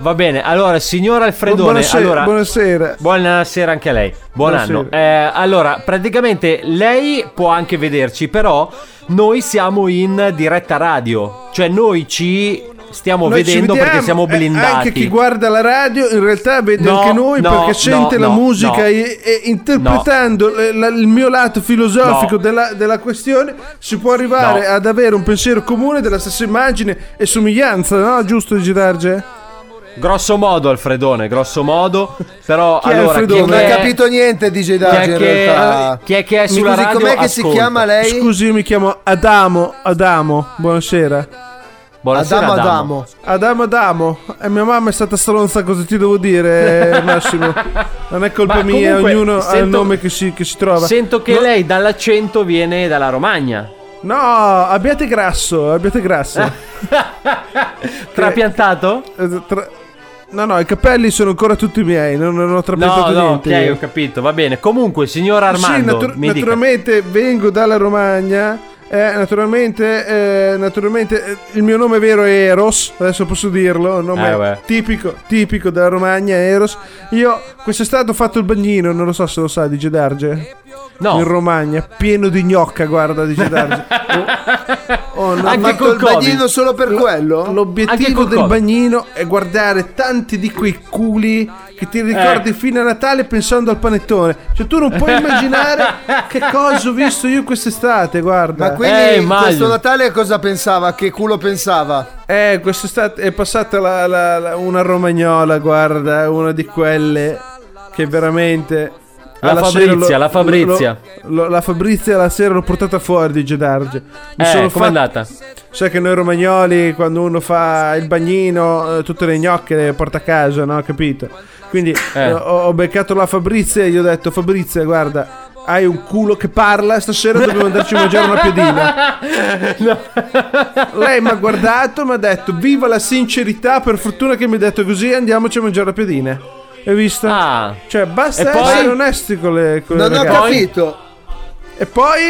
Va bene, allora, signor Alfredone,
buonasera,
allora...
buonasera.
Buonasera anche a lei. Buon
Buonasera.
anno. Eh, allora, praticamente lei può anche vederci, però noi siamo in diretta radio, cioè noi ci stiamo
Noi ci
vedendo perché
vediamo,
siamo
eh,
blindati.
Anche chi guarda la radio in realtà vede
No,
anche noi
no,
perché
no,
sente la
no,
musica
no.
e, e interpretando le- la- il mio lato filosofico
No.
della, della questione si può arrivare
No.
ad avere un pensiero comune della stessa immagine e somiglianza, no? Giusto Girarge?
Grosso modo, Alfredone, grosso modo, però
è
allora
Alfredone?
chi
Non
è
ha
che-
capito niente DJ Dage
chi è
in
che-
realtà.
chi è che è
Mi
sulla
scusi,
radio
com'è che si
ascolta.
chiama lei?
Scusi, io mi chiamo Adamo, Adamo, buonasera.
Buonasera,
Adamo,
Adamo.
Adamo.
Adamo Adamo, e mia mamma è stata stronza, cosa ti devo dire eh, Massimo? Non è colpa
Ma
mia,
comunque,
ognuno ha il
sento-
nome che si, che si trova.
Sento che
No-
lei dall'accento viene dalla Romagna.
No, abbiate grasso, abbiate grasso.
Ah. Trapiantato?
Eh, tra- No, no, i capelli sono ancora tutti miei, non, non ho
No,
trapiantato
no,
niente.
ok, ho capito, va bene. Comunque, signor Armando,
sì, natu-
mi dica.
naturalmente vengo dalla Romagna. eh, naturalmente, eh, naturalmente eh, il mio nome vero è Eros, adesso posso dirlo, un nome
Eh, beh.
tipico, tipico della Romagna, Eros. Io quest'estate ho fatto il bagnino, non lo so se lo sa di Gedarge. in Romagna, pieno di gnocca, guarda, dice Darge.
Oh, no, Anche col il bagnino solo per quello?
Anche
L'obiettivo
col del bagnino è guardare tanti di quei culi che ti ricordi fino a Natale pensando al panettone. Cioè, tu non puoi immaginare che cosa ho visto io quest'estate, guarda.
Ma quindi questo Natale cosa pensava? Che culo pensava?
Eh, quest'estate è passata la- la- la- una romagnola, guarda, una di quelle che veramente...
La
alla sera
Fabrizia, la Fabrizia.
lo- lo- la Fabrizia la sera l'ho portata fuori di Gedarge. Mi
Eh,
sono
com'è
fatto-
andata?
Sai che noi romagnoli, quando uno fa il bagnino, eh, tutte le gnocche le porta a casa, no? Capito? Quindi eh, ho, ho beccato la Fabrizia e gli ho detto: Fabrizia, guarda, hai un culo che parla, stasera dobbiamo andarci a mangiare una piadina. Lei mi ha guardato e mi ha detto: Viva la sincerità, per fortuna che mi hai detto così, andiamoci a mangiare la piadina. Hai visto? Cioè,
Ah.
basta
E poi?
essere onesti con le, con le
Non ho
ragazze.
capito.
E poi,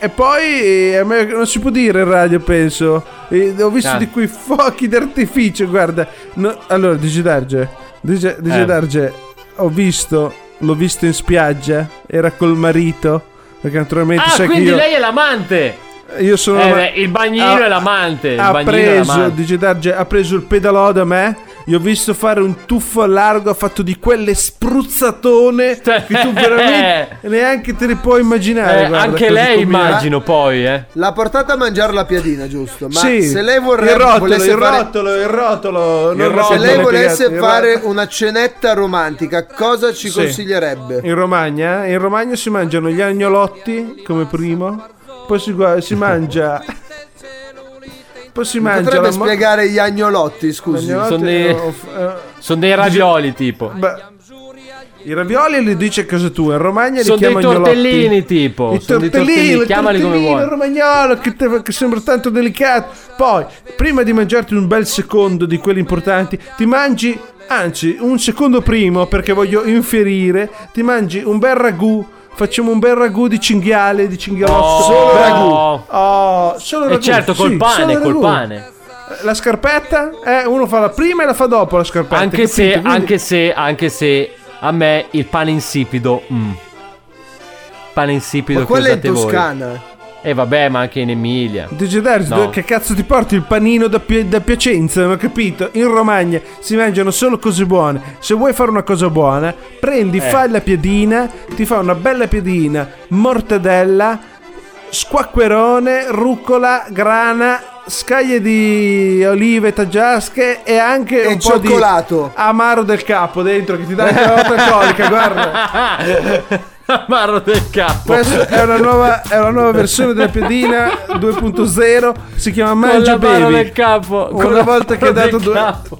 e poi a me non si può dire in radio, penso. E ho visto
Ah.
di quei fuochi d'artificio, guarda. No, allora, dice Darge, dice, dice
Eh.
Darge, ho visto, l'ho visto in spiaggia, era col marito. Perché naturalmente
Ah,
sai che
quindi
io...
lei è l'amante.
Io sono
Eh,
ama-
beh, il bagnino
ha-
è l'amante, il
Ha
bagnino è
preso,
l'amante.
dice Darge, ha preso il pedalò da me. Gli ho visto fare un tuffo a largo. Ha fatto di quelle spruzzatone
Cioè,
che tu veramente neanche te le puoi immaginare. guarda,
eh. anche
così
lei
combinate.
immagino poi, eh.
L'ha portata a mangiare la piadina, giusto? Ma
Sì,
se lei vorrebbe,
il rotolo,
volesse
il
fare-
rotolo, il rotolo, non la
se lei
piadina,
volesse
il
fare
rotolo.
una cenetta romantica, cosa ci
Sì.
consiglierebbe?
In Romagna, eh? in Romagna si mangiano gli agnolotti come primo, poi si, gua- si mangia. poi si
Mi
mangia.
Potrebbe
la mo-
spiegare gli agnolotti, scusi.
Gli agnolotti,
Sono dei-
eh, eh,
Sono dei ravioli, tipo.
Beh, I ravioli li dice a casa tua, in Romagna li
Sono dei
chiama agnolotti.
tortellini, tipo.
I
Sono dei tortellini,
tortellini,
chiamali come
tortellino
vuoi.
romagnolo che, te- che sembra tanto delicato. Poi, prima di mangiarti un bel secondo di quelli importanti, ti mangi, anzi, un secondo primo perché voglio inferire, ti mangi un bel ragù. Facciamo un bel ragù di cinghiale, di cinghialotto.
Oh.
solo ragù. Oh, solo
E
ragù.
certo, col
sì,
pane,
solo
col
ragù.
pane.
La scarpetta, eh, uno fa la prima e la fa dopo la scarpetta.
Anche se,
capito? Quindi-
anche se, anche se a me il pane insipido. mm. Pane insipido
Ma
che
quella è in
usate voi.
Toscana.
E vabbè, ma anche in Emilia.
Dice Darge,
No.
dove- che cazzo ti porti il panino da, Pia- da Piacenza? Non ho capito. In Romagna si mangiano solo cose buone. Se vuoi fare una cosa buona, prendi,
Eh.
fai la piadina, ti fa una bella piadina, mortadella, squacquerone, rucola, grana, scaglie di olive taggiasche e anche un po'
cioccolato.
di amaro del capo dentro che ti dà anche la volta alcolica, guarda.
Amarro Ah! del capo.
Questa è una nuova, è una nuova versione della piadina 2.0, si chiama
Con la
Mangia
mano
Baby.
del capo.
Una
con la
volta che
mano
ha dato
del
due-
capo.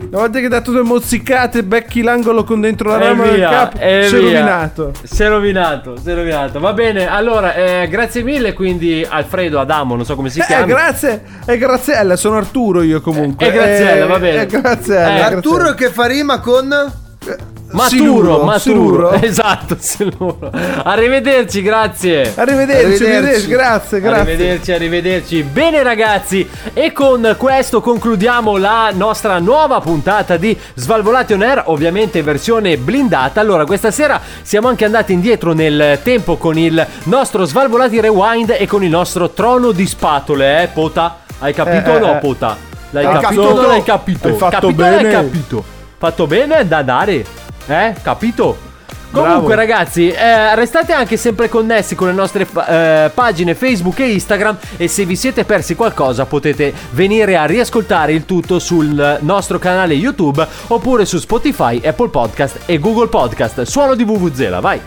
Una volta che hai dato due mozzicate, becchi l'angolo con dentro la
E
rama del
via,
capo,
e
sei
via.
rovinato.
Si è rovinato, si è rovinato. Va bene, allora, eh, grazie mille quindi Alfredo, Adamo, non so come si
Eh,
chiama.
grazie, è Graziella, sono Arturo io comunque.
Eh, Graziella, va bene.
È Graziella.
Eh,
Arturo che fa rima con...
Eh,
Maturo,
Siluro,
maturo.
siluro.
Esatto, siluro. Arrivederci, grazie.
Arrivederci, arrivederci, grazie, grazie.
Arrivederci, arrivederci. Bene ragazzi, e con questo concludiamo la nostra nuova puntata di Svalvolati on Air, ovviamente in versione blindata. Allora, questa sera siamo anche andati indietro nel tempo con il nostro Svalvolati Rewind e con il nostro trono di spatole, eh, Pota? Hai capito
Eh,
o no,
eh, eh.
Pota? L'hai
Hai
capito o
capito?
non l'hai capito?
Hai fatto
capito o non Hai
bene?
capito? Fatto bene da dare, eh? Capito? Comunque
Bravo.
ragazzi, eh, restate anche sempre connessi con le nostre pa- eh, pagine Facebook e Instagram e se vi siete persi qualcosa potete venire a riascoltare il tutto sul nostro canale YouTube oppure su Spotify, Apple Podcast e Google Podcast. Suono di Vuvuzela, vai!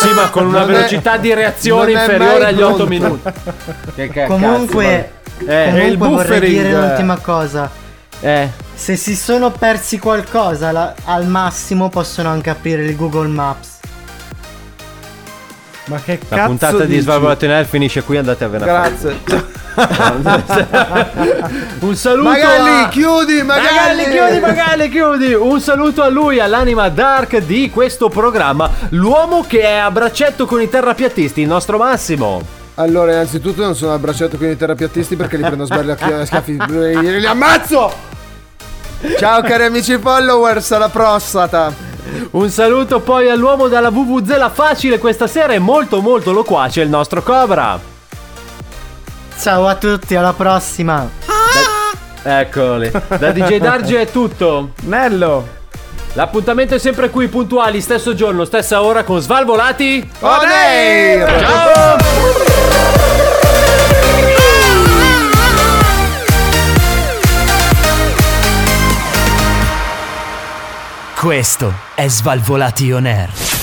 sì, ma con una
Non è-
velocità di reazione
non è
inferiore
mai
agli 8
pronto.
minuti. Che ca-
Comunque,
Eh, cazzo, Eh, vabbè.
comunque vorrei dire
eh.
un'ultima cosa.
Eh.
Se si sono persi qualcosa, la- al massimo possono anche aprire il Google Maps.
Ma che
La puntata di Svalvolation Air finisce qui, andate a vedere.
Grazie.
Un saluto
Magalli,
eh.
a-
chiudi, Magalli.
Magalli, chiudi, Magalli, chiudi. Un saluto a lui, all'anima dark di questo programma, l'uomo che è a braccetto con i terrapiattisti, il nostro Massimo.
Allora, innanzitutto non sono abbracciato con i terapiattisti perché li prendo a sberli a chi- a schiaffi. Li ammazzo! Ciao cari amici followers, alla prostata!
Un saluto poi all'uomo dalla VVZela facile questa sera è molto molto loquace il nostro Cobra.
Ciao a tutti, alla prossima.
Eccoli. Da DJ Darge è tutto.
Nello.
L'appuntamento è sempre qui, puntuali, stesso giorno, stessa ora con Svalvolati.
On air!
Ciao!
Questo è Svalvolati On Air.